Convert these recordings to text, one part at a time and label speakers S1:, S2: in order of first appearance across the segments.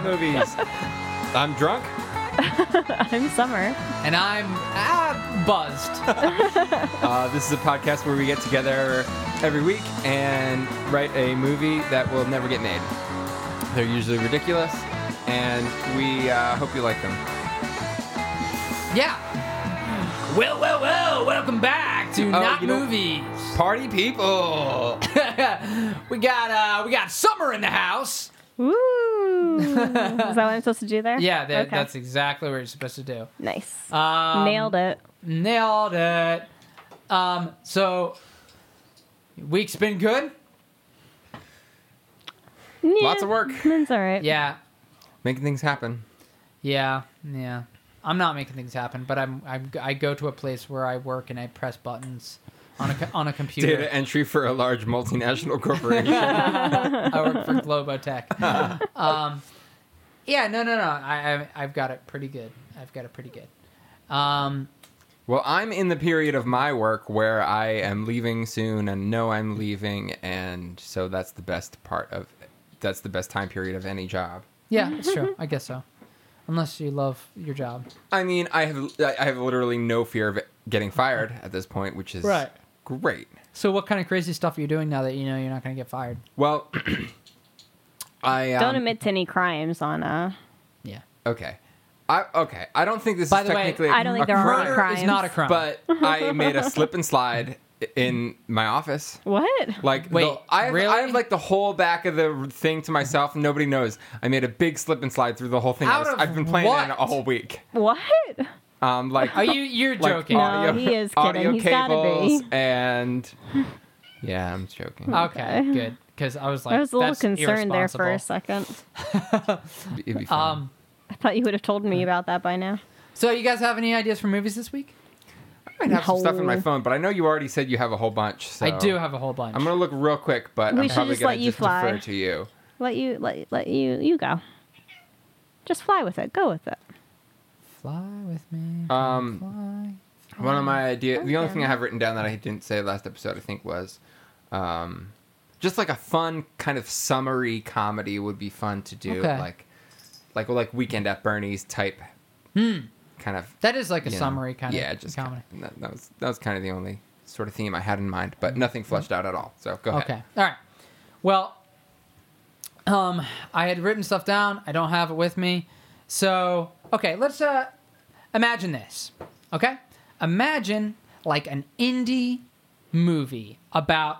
S1: movies. I'm drunk.
S2: I'm Summer.
S3: And I'm ah, buzzed.
S1: Uh, this is a podcast where we get together every week and write a movie that will never get made. They're usually ridiculous, and we uh, hope you like them.
S3: yeah. Well, well, well. Welcome back
S2: Oh,
S3: to Not
S1: you know-
S3: Movies.
S1: Party people!
S3: we got uh, we got Summer in the house.
S2: Woo! Is that what I'm supposed to do there?
S3: Yeah, that,
S2: Okay.
S3: that's exactly what you're supposed to do.
S2: nice.
S3: Um,
S2: Nailed it.
S3: Nailed it. Um, so week's been good.
S1: Lots of work.
S2: It's all right.
S3: Yeah,
S1: Making things happen.
S3: yeah, yeah. I'm not making things happen, but I'm, I'm I go to a place where I work and I press buttons on a co- on a computer.
S1: Data entry for a large multinational corporation.
S3: I work for Globotech. um, yeah, no, no, no. I, I, I've got it pretty good. I've got it pretty good. Um,
S1: well, I'm in the period of my work where I am leaving soon and know I'm leaving, and so that's the best part of that's the best time period of any job.
S3: yeah, it's true. I guess so. Unless you love your job.
S1: I mean, I have I have literally no fear of getting fired at this point, which is
S3: Right.
S1: great.
S3: So, what kind of crazy stuff are you doing now that you know you're not going to get fired?
S1: Well, I um,
S2: Don't admit to any crimes on uh
S3: Yeah.
S1: Okay, I okay. I don't think this
S3: By
S1: is
S3: the way,
S1: technically.
S2: I don't think
S1: a
S2: there are any
S1: crime,
S2: crimes.
S3: It's not a crime.
S1: But I made a slip and slide in my office.
S2: What?
S1: Like
S3: Wait,
S1: the, I, have, I
S3: really?
S1: have like the whole back of the thing to myself, and nobody knows. I made a big slip and slide through the whole thing. I
S3: Out of
S1: have been playing it
S3: what?
S1: a whole week.
S2: What?
S1: Um, like
S3: are you? You're
S1: like
S3: joking.
S2: No, he is kidding.
S1: Audio
S2: He's gotta be.
S1: cables and yeah, I'm joking.
S3: okay,
S2: Okay.
S3: good. Because I was like,
S2: I was a little
S3: that's
S2: concerned there for a
S3: irresponsible.
S2: second.
S1: It'd be- it'd be fun.
S3: Um,
S2: I thought you would have told me about that by now.
S3: so, you guys have any ideas for movies this week?
S1: I might have some stuff in my
S2: No.
S1: phone, but I know you already said you have a whole bunch. So
S3: I do have a whole bunch.
S1: I'm gonna look real quick, but
S2: We
S1: I'm
S2: should
S1: probably
S2: just
S1: gonna
S2: let you
S1: just
S2: fly.
S1: defer to you.
S2: Let you let let you you go. Just fly with it. Go with it.
S3: Fly with me.
S1: Um,
S3: Fly.
S1: one of my idea, the only
S2: Oh, Okay.
S1: thing I have written down that I didn't say last episode, I think, was um, just like a fun kind of summary comedy would be fun to do,
S3: Okay.
S1: like like like Weekend at Bernie's type kind of
S3: That is like
S1: you
S3: a
S1: know,
S3: summary kind
S1: yeah,
S3: of
S1: just
S3: comedy.
S1: Kind of, that, that was that was kind of the only sort of theme I had in mind, but nothing fleshed out at all. So go ahead.
S3: Mm-hmm. Okay. All right. Well, um, I had written stuff down. I don't have it with me. So, okay, let's uh, imagine this. Okay? Imagine like an indie movie about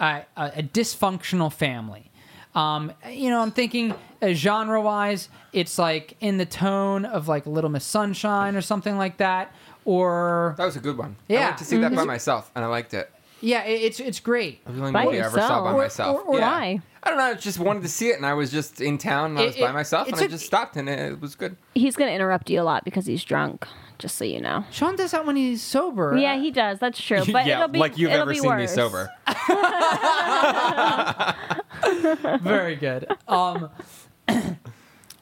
S3: a, a, a dysfunctional family. Um, you know, I'm thinking uh, genre wise, it's like in the tone of like Little Miss Sunshine or something like that. Or,
S1: That was a good one. I
S3: Yeah. Mm-hmm.
S1: went to see that by myself, and I liked it.
S3: yeah, it, it's, it's great.
S1: The only
S2: By
S1: movie I ever saw
S2: yourself.
S1: by
S2: Or-
S1: myself.
S3: or- or
S1: yeah.
S2: why?
S1: I don't know. I just wanted to see it, and I was just in town, and I
S3: It-
S1: was by
S3: it-
S1: myself, and
S3: it's
S1: I
S3: a-
S1: just stopped, and it, it was good.
S2: He's gonna interrupt you a lot because he's drunk. Just so you know.
S3: Sean does that when he's sober.
S2: Yeah, he does. That's true. But it'll be,
S1: like you've
S2: it'll
S1: ever
S2: be
S1: seen
S2: worse.
S1: me sober.
S3: Very good. Um, all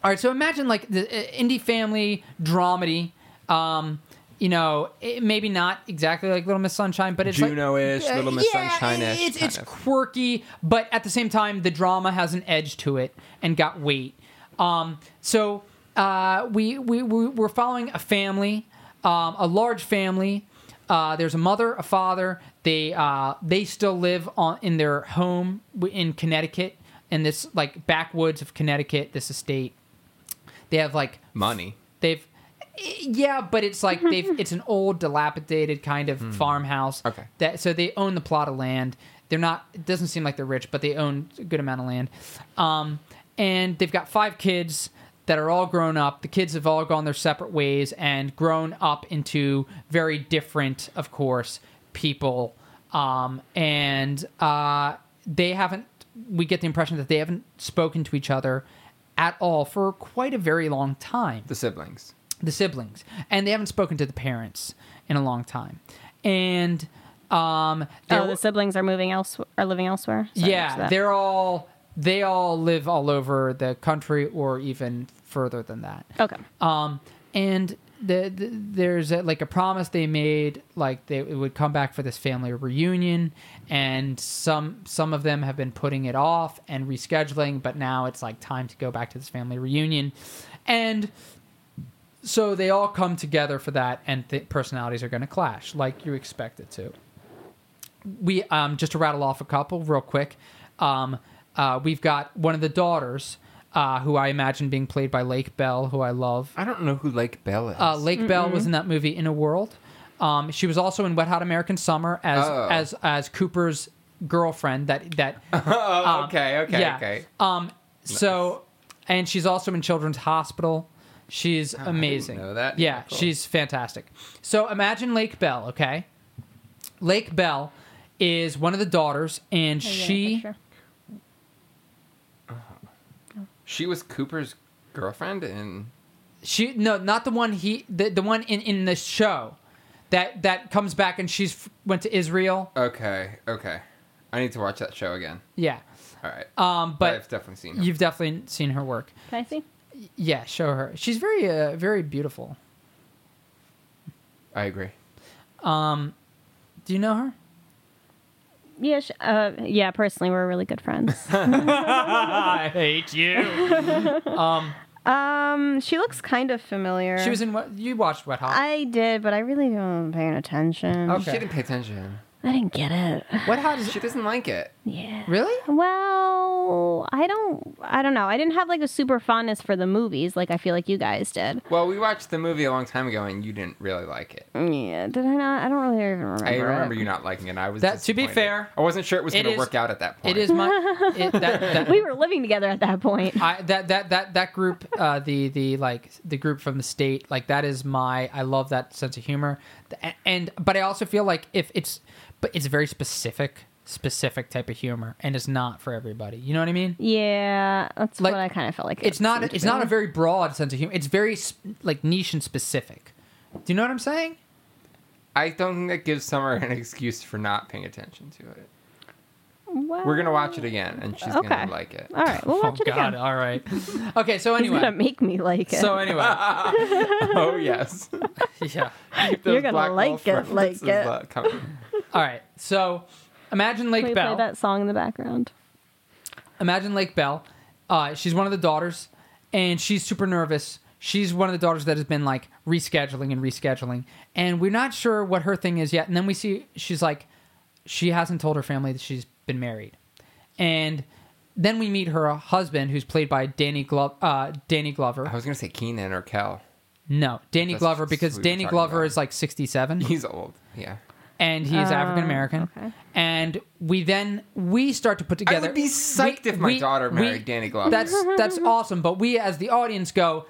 S3: right, so imagine like the uh, indie family dramedy. Um, you know, it, maybe not exactly like Little Miss Sunshine, but it's
S1: Juno-ish,
S3: like, uh,
S1: Little Miss
S3: yeah,
S1: Sunshine-ish
S3: It's it's
S1: kind of.
S3: quirky, but at the same time, the drama has an edge to it and got weight. Um, so uh, we, we we we're following a family, um, a large family. Uh, there's a mother, a father. They uh, they still live on in their home w- in Connecticut, in this like backwoods of Connecticut, this estate. They have like
S1: Money.
S3: they've yeah but it's like they've it's an old dilapidated kind of farmhouse
S1: Okay.
S3: that so they own the plot of land they're not it doesn't seem like they're rich but they own a good amount of land um and they've got five kids that are all grown up the kids have all gone their separate ways and grown up into very different of course people um and uh they haven't we get the impression that they haven't spoken to each other at all for quite a very long time
S1: The siblings.
S3: the siblings, and they haven't spoken to the parents in a long time. And um, they're-
S2: Oh, the siblings are moving else are living elsewhere. Sorry, what's
S3: yeah,
S2: that?
S3: they're all they all live all over the country or even further than that.
S2: okay.
S3: Um, and the, the, there's a, like a promise they made like they would come back for this family reunion and some some of them have been putting it off and rescheduling but now it's like time to go back to this family reunion and so they all come together for that and the personalities are going to clash like you expect it to we um, just to rattle off a couple real quick. Um, uh, we've got one of the daughters, uh, who I imagine being played by Lake Bell, who I love.
S1: I don't know who Lake Bell is.
S3: Uh, Lake Bell was in that movie In a World. Um, she was also in Wet Hot American Summer as
S1: Oh.
S3: as as Cooper's girlfriend. That that um,
S1: oh, okay, okay,
S3: yeah.
S1: okay.
S3: Um, so, and she's also in Children's Hospital. She's amazing.
S1: Ah, know that.
S3: Yeah,
S1: Yeah, cool.
S3: she's fantastic. So imagine Lake Bell. Okay, Lake Bell is one of the daughters,
S1: Oh,
S3: and
S2: Are you getting a
S3: she
S2: picture?
S1: She was Cooper's girlfriend, and
S3: she no not the one he the, the one in in the show that that comes back and she's f- went to Israel.
S1: okay, okay. I need to watch that show again.
S3: Yeah.
S1: All right.
S3: Um, but
S1: I've definitely seen her.
S3: you've definitely seen her work.
S2: Can I see?
S3: Yeah, show her. She's very uh, very beautiful.
S1: I agree.
S3: Do you know her?
S2: Yeah, sh- uh, yeah. Personally, we're really good friends.
S3: I hate you.
S2: um, she looks kind of familiar.
S3: She was in what you watched Wet Hot.
S2: I did, but I really wasn't paying attention.
S3: Okay.
S1: She didn't pay attention.
S2: I didn't get it.
S3: What Hot is
S1: She doesn't like it.
S2: Yeah.
S3: really?
S2: Well, I don't. I don't know. I didn't have like a super fondness for the movies, like I feel like you guys did.
S1: Well, we watched the movie a long time ago, and you didn't really like it.
S2: Yeah. Did I not? I don't really even remember.
S1: I remember
S2: it.
S1: you not liking it. I was
S3: That- to be
S1: disappointed.
S3: fair,
S1: I wasn't sure it was
S3: it
S1: going to
S3: is-
S1: work out at that point.
S3: It is my it, that, that,
S2: We were living together at that point.
S3: I, that that that that group uh, the the like the group from the state like that is my I love that sense of humor and, and but I also feel like if it's but it's very specific specific type of humor and it's not for everybody. You know what I mean?
S2: Yeah, that's
S3: Like,
S2: what I kind of felt like. it
S3: It's not
S2: seemed to
S3: it's not a
S2: be.
S3: very broad sense of humor. It's very sp- like niche and specific. Do you know what I'm saying?
S1: I don't think that gives Summer an excuse for not paying attention to it.
S2: Well,
S1: We're gonna watch it again, and she's
S2: Okay.
S1: gonna like it.
S2: All right, we'll watch
S3: oh
S2: it
S3: God!
S2: again.
S3: All right. Okay. So
S2: He's gonna
S3: anyway.
S2: make me like it.
S3: So anyway.
S1: oh yes,
S3: Yeah.
S1: Those
S2: gonna
S1: Black
S2: like
S1: Wolf
S2: it,
S1: references
S2: like it.
S1: are coming.
S3: All right. So imagine
S2: Can
S3: Lake
S2: we
S3: Bell.
S2: play that song in the background.
S3: imagine Lake Bell. Uh, she's one of the daughters, and she's super nervous. She's one of the daughters that has been like rescheduling and rescheduling, and we're not sure what her thing is yet. And then we see she's like, she hasn't told her family that she's been married, and then we meet her husband, who's played by Danny Glo- uh, Danny Glover.
S1: I was gonna say Keenan or Cal.
S3: No, Danny
S1: That's
S3: Glover,
S1: who
S3: because
S1: we were
S3: Danny
S1: talking
S3: Glover
S1: about.
S3: is like sixty-seven
S1: He's old. Yeah.
S3: and he's
S2: Oh,
S3: African American.
S2: okay.
S3: And we then we start to put together.
S1: would be psyched if my daughter married Danny Glover.
S3: That's that's awesome. But we as the audience go,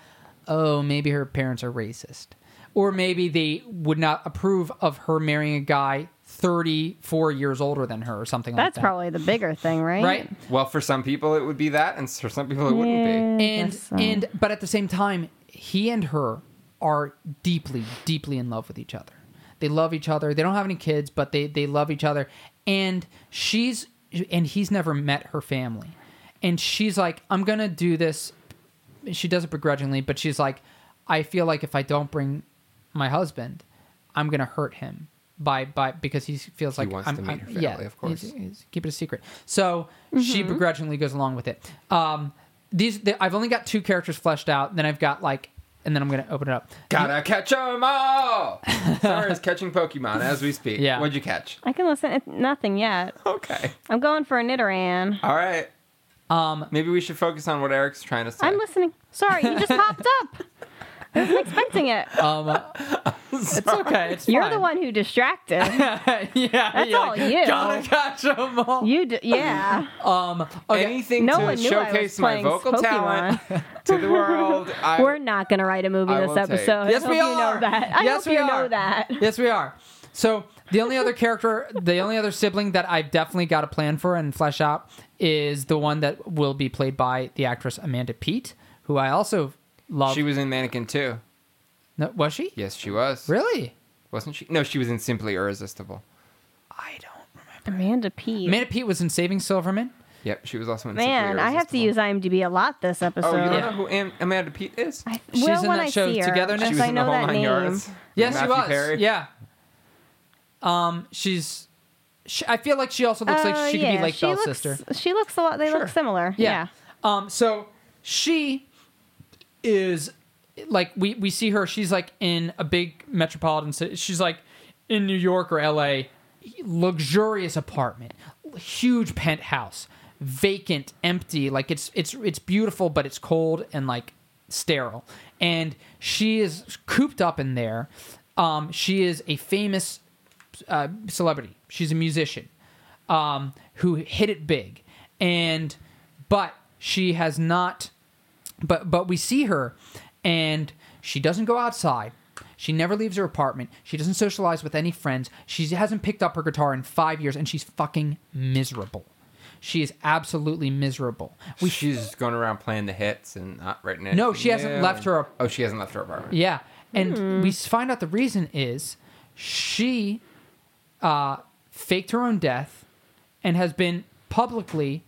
S3: oh, maybe her parents are racist, or maybe they would not approve of her marrying a guy thirty-four years older than her, or something like
S2: That's
S3: that.
S2: probably the bigger thing, right?
S3: right.
S1: Well, for some people it would be that, and for some people it wouldn't
S2: Yeah, I
S3: and
S2: guess so.
S3: and but at the same time he and her are deeply deeply in love with each other they love each other they don't have any kids but they they love each other and she's and he's never met her family and she's like i'm gonna do this she does it begrudgingly but she's like i feel like if i don't bring my husband i'm gonna hurt him by by because he feels like
S1: wants
S3: I'm,
S1: to meet
S3: I'm-
S1: her family,
S3: yeah,
S1: of course.
S3: he's- is- keep it a secret. So she
S2: Mm-hmm.
S3: begrudgingly goes along with it. Um, these the, I've only got two characters fleshed out. Then I've got like, and then I'm gonna open it up.
S1: be. Gotta catch 'em all. Sarah is catching Pokemon as we speak.
S3: Yeah.
S1: What'd you catch?
S2: I can listen. It, nothing yet.
S1: Okay.
S2: I'm going for a Nidoran.
S1: All right.
S3: Um,
S1: Maybe we should focus on what Eric's trying to say.
S2: I'm listening. Sorry, you just popped up. I wasn't expecting it.
S3: um, it's okay. It's
S2: You're
S3: fine.
S2: the one who distracted.
S3: yeah,
S2: That's
S3: you're
S2: all
S3: like,
S2: you.
S3: Gotta catch 'em all.
S2: You, d- yeah.
S3: Um, okay.
S1: Anything
S2: No
S1: to
S2: one knew I was
S1: showcase my
S2: playing
S1: vocal talent to the world. I,
S2: We're not gonna write a movie
S1: I
S2: this
S1: will take-
S2: episode. I
S3: Yes,
S2: hope
S3: we
S2: you
S3: are.
S2: know that. I
S3: Yes,
S2: hope
S3: we
S2: you
S3: are.
S2: know that.
S3: Yes, we are. So the only other character, the only other sibling that I've definitely got a plan for and flesh out is the one that will be played by the actress Amanda Peet, who I also love.
S1: she was in Mannequin too.
S3: No, was she?
S1: Yes, she was.
S3: Really?
S1: Wasn't she? No, she was in Simply Irresistible.
S3: I don't remember.
S2: Amanda P.
S3: Amanda Pete was in Saving Silverman.
S1: Yep, she was also in.
S2: Man,
S1: Simply
S2: I have to
S1: Irresistible.
S2: use IMDb a lot this episode.
S1: Oh, you don't
S3: Yeah.
S1: know who Am- Amanda Pete is?
S2: I
S3: She's
S2: will
S3: in
S2: when
S3: that
S2: I
S3: show
S2: see her,
S3: Togetherness?
S2: because
S3: She
S1: was
S2: I
S1: in
S2: know
S1: the whole
S2: that
S1: nine
S2: name.
S1: yards.
S3: Yes,
S1: Matthew
S3: she was.
S1: Perry.
S3: Yeah. Um, she's. She, I feel like she also looks
S2: Uh,
S3: like she could
S2: yeah,
S3: be Lake
S2: she
S3: Bell's
S2: looks-
S3: sister.
S2: She looks a lot. They
S1: Sure.
S2: look similar.
S3: Yeah.
S2: Yeah.
S3: Um. So she is like we we see her. She's like in a big metropolitan city. She's like in New York or L.A. Luxurious apartment, huge penthouse, vacant, empty. Like it's it's it's beautiful, but it's cold and like sterile. And she is cooped up in there. Um, she is a famous uh, celebrity. She's a musician um, who hit it big, and but she has not. But but we see her, and she doesn't go outside. She never leaves her apartment. She doesn't socialize with any friends. She hasn't picked up her guitar in five years, and she's fucking miserable. She is absolutely miserable. We
S1: She's just going around playing the hits and not writing it.
S3: No, she hasn't left her-
S1: Oh, she hasn't left her apartment.
S3: Yeah, and we find out the reason is she uh, faked her own death and has been publicly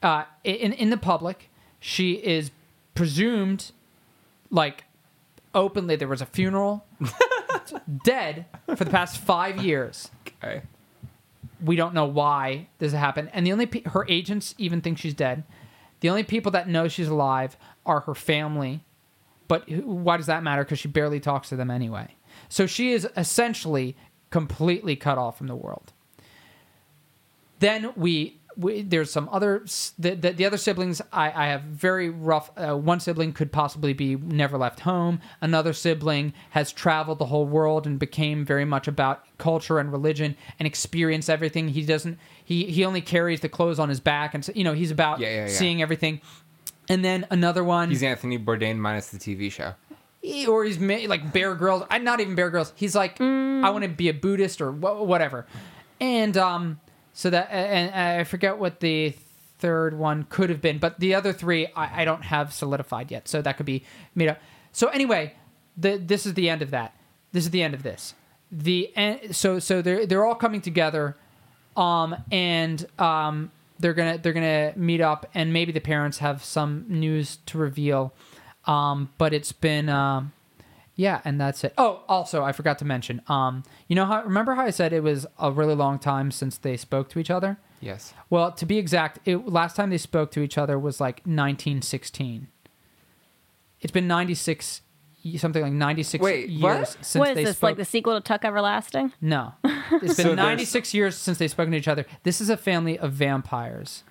S3: uh, in in the public. She is presumed like openly. There was a funeral, dead for the past five years.
S1: Okay.
S3: We don't know why this happened, and the only pe- her agents even think she's dead. The only people that know she's alive are her family, but who- why does that matter? Because she barely talks to them anyway. So she is essentially completely cut off from the world. Then we, we there's some other s- the, the, the other siblings. I, I have very rough. Uh, one sibling could possibly be never left home. Another sibling has traveled the whole world and became very much about culture and religion and experience everything. He doesn't. He he only carries the clothes on his back, and so, you know he's about
S1: Yeah, yeah, yeah.
S3: seeing everything. And then another one.
S1: He's Anthony Bourdain minus the TV show.
S3: He- or he's ma- like Bear Grylls. I not even Bear Grylls. He's like I want to be a Buddhist or wha- whatever. And um, so that and uh, I forget what the third one could have been, but the other three I, I don't have solidified yet. So that could be made up. So anyway, the, this is the end of that. This is the end of this. The end, so so they're they're all coming together, um and um they're gonna they're gonna meet up and maybe the parents have some news to reveal, um but it's been um yeah, and that's it. Oh, also, I forgot to mention. Um, you know how remember how I said it was a really long time since they spoke to each other?
S1: Yes.
S3: Well, to be exact, it, last time they spoke to each other was like 1916. It's been 96 y- something like 96
S1: Wait,
S3: years
S1: what?
S3: since
S2: What is
S3: they
S2: this
S3: spoke
S2: like the sequel to Tuck Everlasting?
S3: No. It's been
S1: So there's-
S3: 96 years since they've spoken to each other. This is a family of vampires.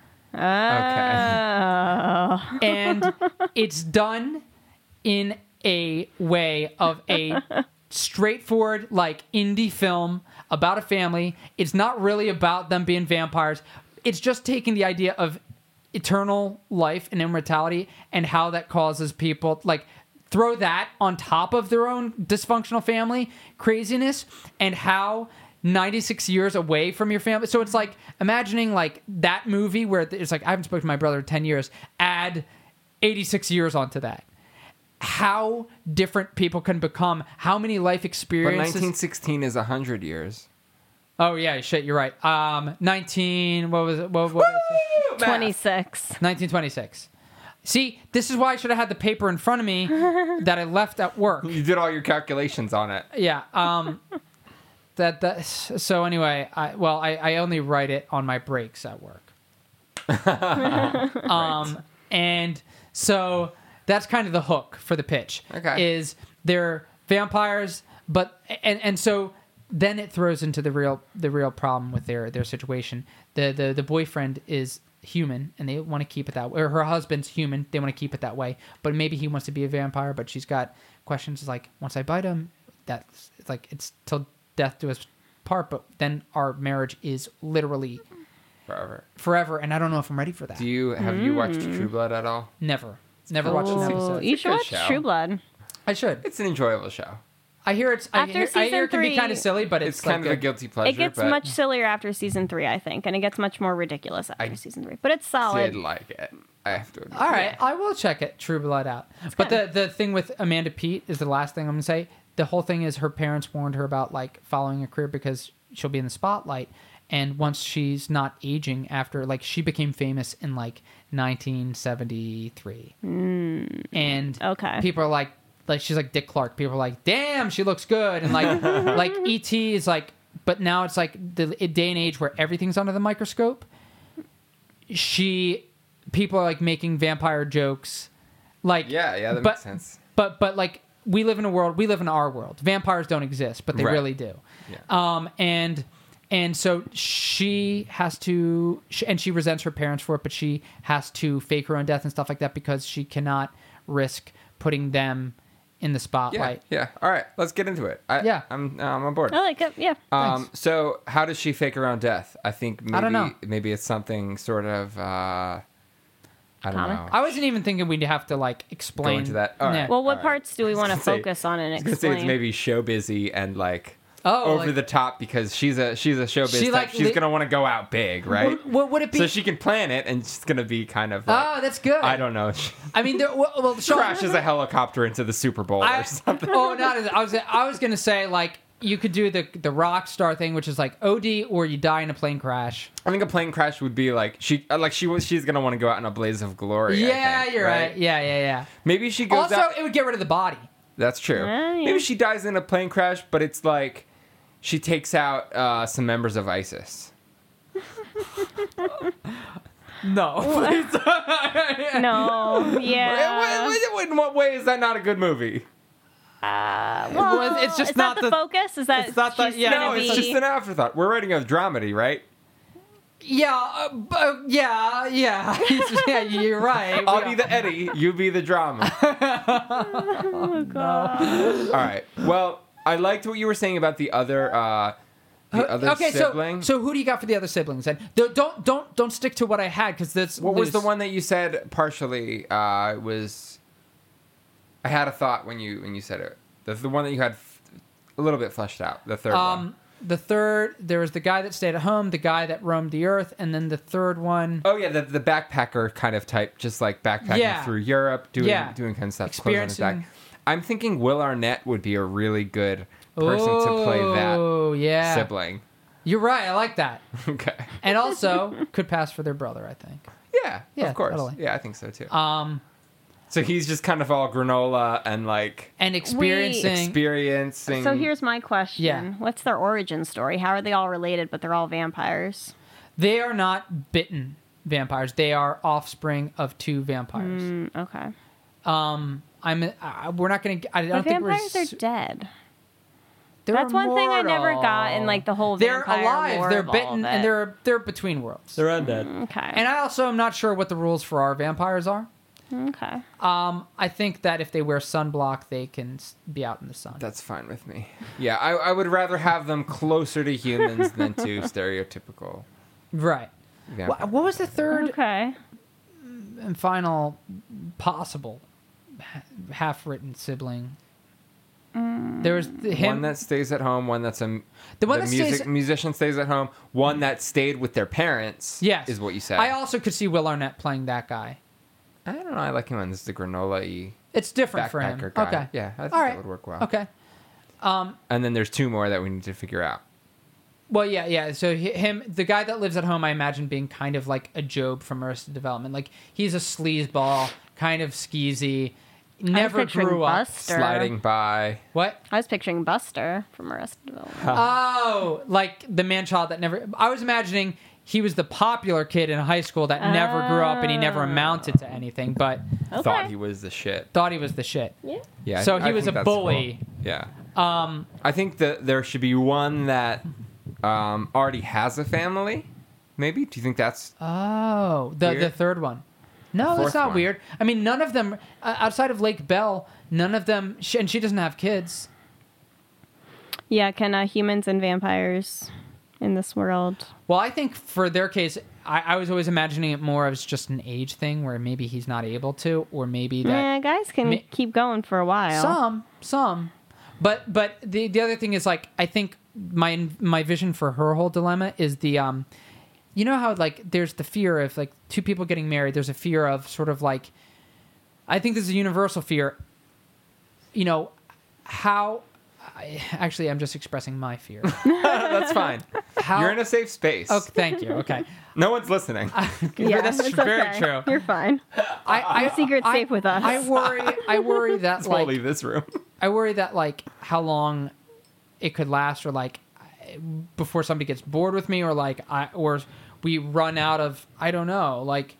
S3: Ah.
S2: Oh.
S3: and it's done in a way of a straightforward like indie film about a family it's not really about them being vampires it's just taking the idea of eternal life and immortality and how that causes people like throw that on top of their own dysfunctional family craziness and how 96 years away from your family. So it's like imagining like that movie where it's like I haven't spoken to my brother in 10 years, add 86 years onto that. How different people can become, how many life
S1: But
S3: experiences
S1: 1916 is 100 years.
S3: Oh yeah, shit, you're right. Um 19 what was it? What, what was it?
S2: Twenty six.
S3: 1926. See, this is why I should have had the paper in front of me that I left at work.
S1: You did all your calculations on it.
S3: Yeah. Um, that that. So anyway, I well, I, I only write it on my breaks at work. um, and so that's kind of the hook for the pitch.
S1: Okay.
S3: Is they're vampires, but and and so then it throws into the real the real problem with their their situation. The the the boyfriend is human and they want to keep it that way or her husband's human they want to keep it that way but maybe he wants to be a vampire but she's got questions like once i bite him that's it's like it's till death do us part but then our marriage is literally
S1: Forever.
S3: forever and i don't know if i'm ready for that
S1: Do you have you watched True Blood at all?
S3: Never. Never watched an
S2: Oh,
S3: episode.
S2: you should
S1: good
S2: watch
S1: show.
S2: True Blood.
S3: I should.
S1: It's an enjoyable show.
S3: I hear it's. I
S2: After
S3: hear, I hear
S2: season
S3: it can be
S2: three-
S3: kind of silly, but it's,
S1: It's, kind
S3: like
S1: of a guilty pleasure.
S2: It gets
S1: but
S2: much sillier after season three, I think, and it gets much more ridiculous after
S1: I
S2: season three. But it's
S1: I did
S2: solid.
S1: like it. I have to. Admit.
S3: All right, I will check it. True Blood out. but the the thing with Amanda Pete is the last thing I'm gonna say. The whole thing is her parents warned her about like following a career because she'll be in the spotlight, and once she's not aging after like she became famous in like 1973 and
S2: Okay.
S3: people are like like she's like dick clark people are like damn she looks good and like like et is like but now it's like the day and age where everything's under the microscope she people are like making vampire jokes like
S1: Yeah, yeah, that
S3: but,
S1: makes sense.
S3: but but like we live in a world we live in our world vampires don't exist but they
S1: Right.
S3: really do
S1: Yeah.
S3: um and and so she has to sh and she resents her parents for it but she has to fake her own death and stuff like that because she cannot risk putting them in the
S1: Yeah,
S3: spotlight
S1: yeah. All right, let's get into it. I,
S3: Yeah.
S1: I'm I'm on board.
S2: I like it. Yeah.
S1: Um,
S3: Thanks.
S1: so how does she fake her own death? I think maybe
S3: I don't know.
S1: maybe it's something sort of uh, I don't
S2: Common?
S1: know.
S3: i wasn't even thinking we'd have to like explain
S1: into that. All right.
S2: Well, what
S1: Alright.
S2: parts do we want to
S1: gonna say-
S2: focus on and
S1: I was gonna say
S2: explain?
S1: it's maybe show busy and like
S3: Oh,
S1: over
S3: like-
S1: the top because she's a she's a showbiz
S3: She,
S1: type.
S3: like,
S1: she's
S3: li-
S1: gonna want to go out big, right?
S3: Would- would- would it be-
S1: so she can plan it and she's gonna be kind of like,
S3: oh that's good
S1: I don't know
S3: i mean there, well, well Sean-
S1: crashes a helicopter into the Super Bowl
S3: I,
S1: or something.
S3: Oh, not as, I was. I was gonna say like you could do the the rock star thing, which is like OD or you die in a plane crash.
S1: I think a plane crash would be like she uh, like she was she's gonna want to go out in a blaze of glory. I
S3: yeah,
S1: think,
S3: you're right? Yeah, yeah, yeah.
S1: Maybe she goes
S3: Also,
S1: out.
S3: it would get rid of the body.
S1: That's true.
S2: Yeah, Ah, yeah.
S1: Maybe she dies in a plane crash, but it's like she takes out uh, some members of ISIS.
S3: No,
S2: no. Yeah.
S1: Wait, wait, wait, in what way is that not a good movie?
S2: Well,
S3: was- it's just
S2: is that
S3: not
S2: the,
S3: the-
S2: focus. Is that
S3: it's not the-
S2: she's
S3: yeah.
S2: gonna
S1: No, it's
S2: be-
S1: just an afterthought. We're writing a dramedy, right?
S3: yeah, uh, bu- uh, yeah, yeah, yeah. You're right.
S1: I'll
S3: Yeah.
S1: be the Eddie, you be the drama.
S2: oh, God.
S1: All right. Well, I liked what you were saying about the other uh, the other
S3: okay,
S1: sibling.
S3: so so who do you got for the other siblings? Then Don't- don't don't don't stick to what I had because that's
S1: what was the
S3: loose.
S1: one that you said partially uh, was? I had a thought when you when you said it. The, the one that you had f- a little bit fleshed out. The third one.
S3: Um, the third there was the guy that stayed at home, the guy that roamed the earth, and then the third one.
S1: Oh yeah, the, the backpacker kind of type, just like backpacking
S3: Yeah.
S1: through Europe, doing
S3: Yeah.
S1: doing kind of stuff. clothes on his back.
S3: Experiencing-
S1: I'm thinking Will Arnett would be a really good person to play that
S3: Oh yeah,
S1: sibling.
S3: You're right. I like that.
S1: Okay.
S3: And also could pass for their brother, I think.
S1: Yeah,
S3: Yeah,
S1: of course.
S3: totally.
S1: Yeah, I think so too.
S3: Um,
S1: so he's just kind of all granola and like
S3: and experiencing.
S1: experiencing.
S2: So here's my question.
S3: Yeah.
S2: What's their origin story? How are they all related, but they're all vampires?
S3: they are not bitten vampires. They are offspring of two vampires.
S2: Mm, okay.
S3: Um, I'm. I, we're not gonna. I don't
S2: But
S3: think we're.
S2: vampires
S3: s-
S2: are dead.
S3: they're
S2: That's one thing I never got in, like, the whole
S3: They're
S2: vampire
S3: alive.
S2: lore
S3: they're
S2: of all
S3: bitten,
S2: of
S3: and
S2: it.
S3: they're they're between worlds.
S4: They're undead.
S2: Okay.
S3: and I also am not sure what the rules for our vampires are.
S2: okay.
S3: Um, I think that if they wear sunblock, they can s- be out in the sun.
S1: That's fine with me. Yeah, I, I would rather have them closer to humans than to stereotypical.
S3: right. Wha-
S1: vampires.
S3: What, was the third
S2: Okay.
S3: and final possible half written sibling. There was th- him.
S1: One that stays at home, one that's a
S3: The one that stays-
S1: music, musician stays at home, one that stayed with their parents.
S3: yes,
S1: is what you said.
S3: I also could see Will Arnett playing that guy.
S1: I don't know. I like him on this the granola
S3: It's different for him.
S1: backpacker guy.
S3: Okay,
S1: yeah, I think
S3: All
S1: that
S3: right.
S1: would work well.
S3: Okay. Um.
S1: and then there's two more that we need to figure out.
S3: Well, yeah, yeah. So hi- him, the guy that lives at home, I imagine being kind of like a Job from Arrested Development. Like he's a sleazeball, kind of skeezy, never
S2: picturing
S3: grew up.
S2: Buster. Sure.
S1: Sliding by.
S3: What?
S2: I was picturing Buster from Arrested Development.
S3: Oh, like the man child that never. I was imagining he was the popular kid in high school that never grew up and he never amounted to anything, but
S2: Okay.
S1: Thought he was the shit.
S3: thought he was the shit.
S2: Yeah.
S1: Yeah. I-
S3: So he
S1: I
S3: was
S1: think
S3: a
S1: that's cool.
S3: bully.
S1: Yeah.
S3: Um,
S1: I think that there should be one that um, already has a family. Maybe. Do you think that's
S3: oh, the the
S1: Weird.
S3: third one. No,
S1: fourth
S3: it's not
S1: one.
S3: weird. I mean, none of them uh, outside of Lake Bell, none of them, she, and she doesn't have kids.
S2: Yeah. Can uh, humans and vampires in this world?
S3: Well, I think for their case, I, I was always imagining it more as just an age thing where maybe he's not able to, or maybe that.
S2: Yeah, guys can
S3: Me-
S2: keep going for a while.
S3: Some, some, but but the the other thing is like I think my my vision for her whole dilemma is the um, you know how like there's the fear of like two people getting married. There's a fear of sort of like, I think this is a universal fear. You know, how. I, actually, I'm just expressing my fear.
S1: that's fine?
S3: how
S1: You're in a safe space.
S3: Oh, thank you. Okay.
S1: no one's listening.
S2: Yeah,
S3: that's
S2: it's
S3: very
S2: okay.
S3: true.
S2: You're fine.
S3: I, I,
S2: Your secret's
S3: I-
S2: safe with us.
S3: I worry. I worry that
S1: Let's all
S3: like
S1: leave this room.
S3: I worry that like how long it could last, or like I- before somebody gets bored with me, or like I or we run out of I don't know, like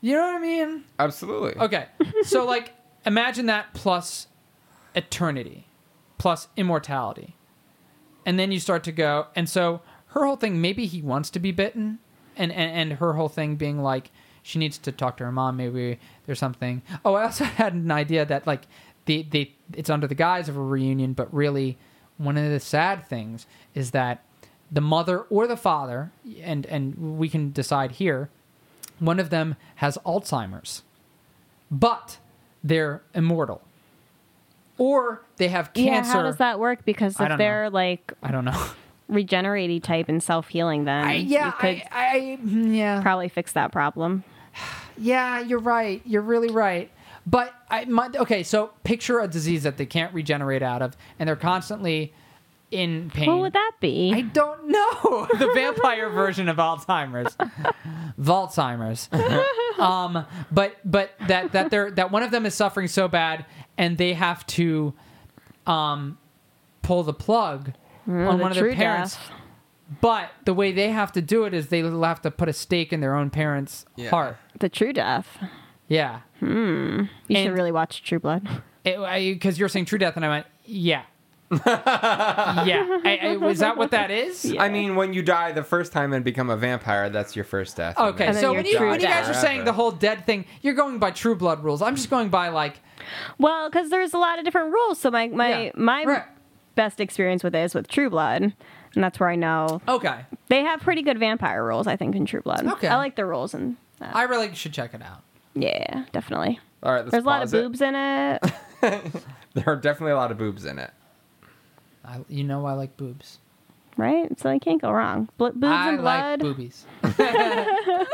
S3: you know what I mean?
S1: Absolutely.
S3: Okay, so like imagine that plus eternity, plus immortality, and then you start to go. And so her whole thing, maybe he wants to be bitten, and and, and her whole thing being like she needs to talk to her mom. Maybe there's something. Oh, I also had an idea that like the the it's under the guise of a reunion, but really one of the sad things is that the mother or the father, and and we can decide here. One of them has Alzheimer's but they're immortal. Or they have cancer.
S2: Yeah, how does that work? Because
S3: I
S2: if
S3: don't know.
S2: they're like
S3: I don't know.
S2: regenerative type and self healing, then
S3: I,
S2: you
S3: yeah,
S2: could
S3: I, I, mm, yeah,
S2: probably fix that problem.
S3: yeah. You're right. You're really right. But I, my, okay, so picture a disease that they can't regenerate out of, and they're constantly in pain.
S2: What would that be?
S3: I don't know. The vampire version of Alzheimer's. Alzheimer's. um, but but that that they're that one of them is suffering so bad and they have to um pull the plug on
S2: the
S3: one of
S2: true
S3: their parents.
S2: death.
S3: But the way they have to do it is they'll have to put a stake in their own parents'
S1: Yeah.
S3: heart.
S2: the true death.
S3: Yeah.
S2: You
S3: And-
S2: should really watch True Blood.
S3: Because you're saying true death, and I went, yeah. yeah. I, I, is that what that is?
S1: I mean, when you die the first time and become a vampire, that's your first death.
S3: Okay,
S2: And then
S3: so
S2: you're
S3: when you, when you
S2: dead.
S3: guys are saying the whole dead thing, you're going by True Blood rules. I'm just going by like,
S2: Well, because there's a lot of different rules. So my my
S3: Yeah,
S2: my
S3: right.
S2: best experience with it is with True Blood, and that's where I know
S3: okay,
S2: they have pretty good vampire rules. I think in True Blood.
S3: Okay.
S2: I like the rules and that.
S3: I really should check it out.
S2: yeah, definitely.
S1: All right, let's
S2: There's a lot of
S1: pause it.
S2: boobs in it.
S1: There are definitely a lot of boobs in it.
S3: I, you know, I like boobs.
S2: right? So I can't go wrong. Bl- boobs
S3: I
S2: and
S3: like
S2: blood.
S3: boobies.
S1: Yeah,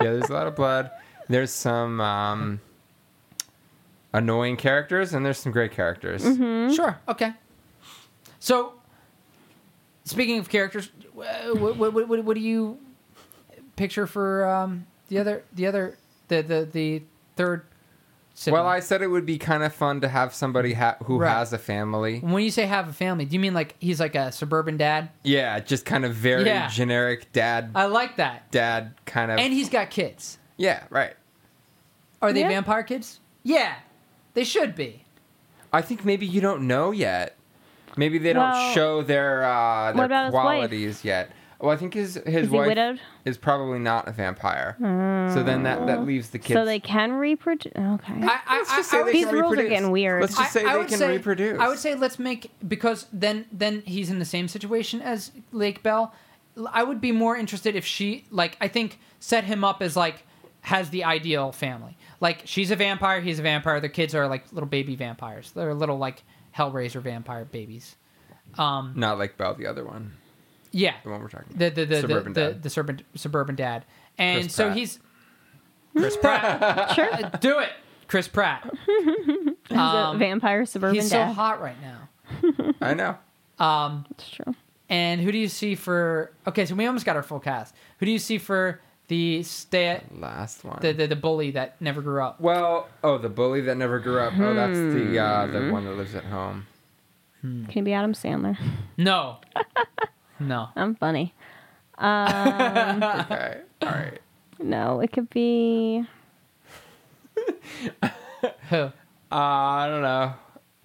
S1: there's a lot of blood. There's some um, annoying characters, and there's some great characters.
S2: Mm-hmm.
S3: Sure. Okay. So, speaking of characters, what, what, what, what do you picture for um, the other the other the the the third? sibling?
S1: Well, I said it would be kind of fun to have somebody ha- who
S3: Right.
S1: has a family.
S3: when you say have a family, do you mean like he's like a suburban dad?
S1: Yeah, just kind of very
S3: Yeah.
S1: generic dad,
S3: I like that,
S1: dad kind of.
S3: and he's got kids.
S1: yeah, right.
S3: Are they
S2: Yeah.
S3: vampire kids? Yeah, they should be.
S1: I think maybe you don't know yet. Maybe they don't
S2: Well,
S1: show their uh,
S2: what about
S1: their
S2: his wife?
S1: qualities yet. Well, I think his his
S2: Is he
S1: wife
S2: widowed? Hmm.
S1: is probably not a vampire. So then that, that leaves the kids.
S2: So they can reproduce. Okay.
S3: I, I,
S1: Let's just say
S3: I- I
S1: they
S3: would
S2: These
S1: can
S2: rules are
S1: reproduce.
S2: getting weird.
S1: Let's just say
S3: I- I
S1: they
S3: would
S1: can
S3: say-
S1: reproduce.
S3: I would say let's make because then then he's in the same situation as Lake Bell. L- I would be more interested if she like I think set him up as like has the ideal family. Like she's a vampire, he's a vampire. Their kids are like little baby vampires. They're little like Hellraiser vampire babies. Um,
S1: not like Bell, the other one,
S3: yeah,
S1: the one we're talking
S3: the
S1: about.
S3: the the
S1: Suburban
S3: the, the,
S1: dad.
S3: the suburban suburban dad, and
S1: Chris
S3: so
S1: Pratt.
S3: he's Chris Pratt. Uh,
S2: sure.
S3: Do it, Chris Pratt.
S2: He's a vampire suburban
S3: um, He's so
S2: dad.
S3: hot right now. Um,
S1: I know.
S2: It's true.
S3: And who do you see for? Okay, so we almost got our full cast. Who do you see for the stay?
S1: Last one.
S3: The, the the bully that never grew up.
S1: well, oh, the bully that never grew up. Oh, that's the uh,
S2: Hmm.
S1: the one that lives at home.
S2: Can it be Adam Sandler?
S3: No, no.
S2: I'm funny.
S1: Okay, all right.
S2: No, it could be.
S3: Who?
S1: Uh, I don't know.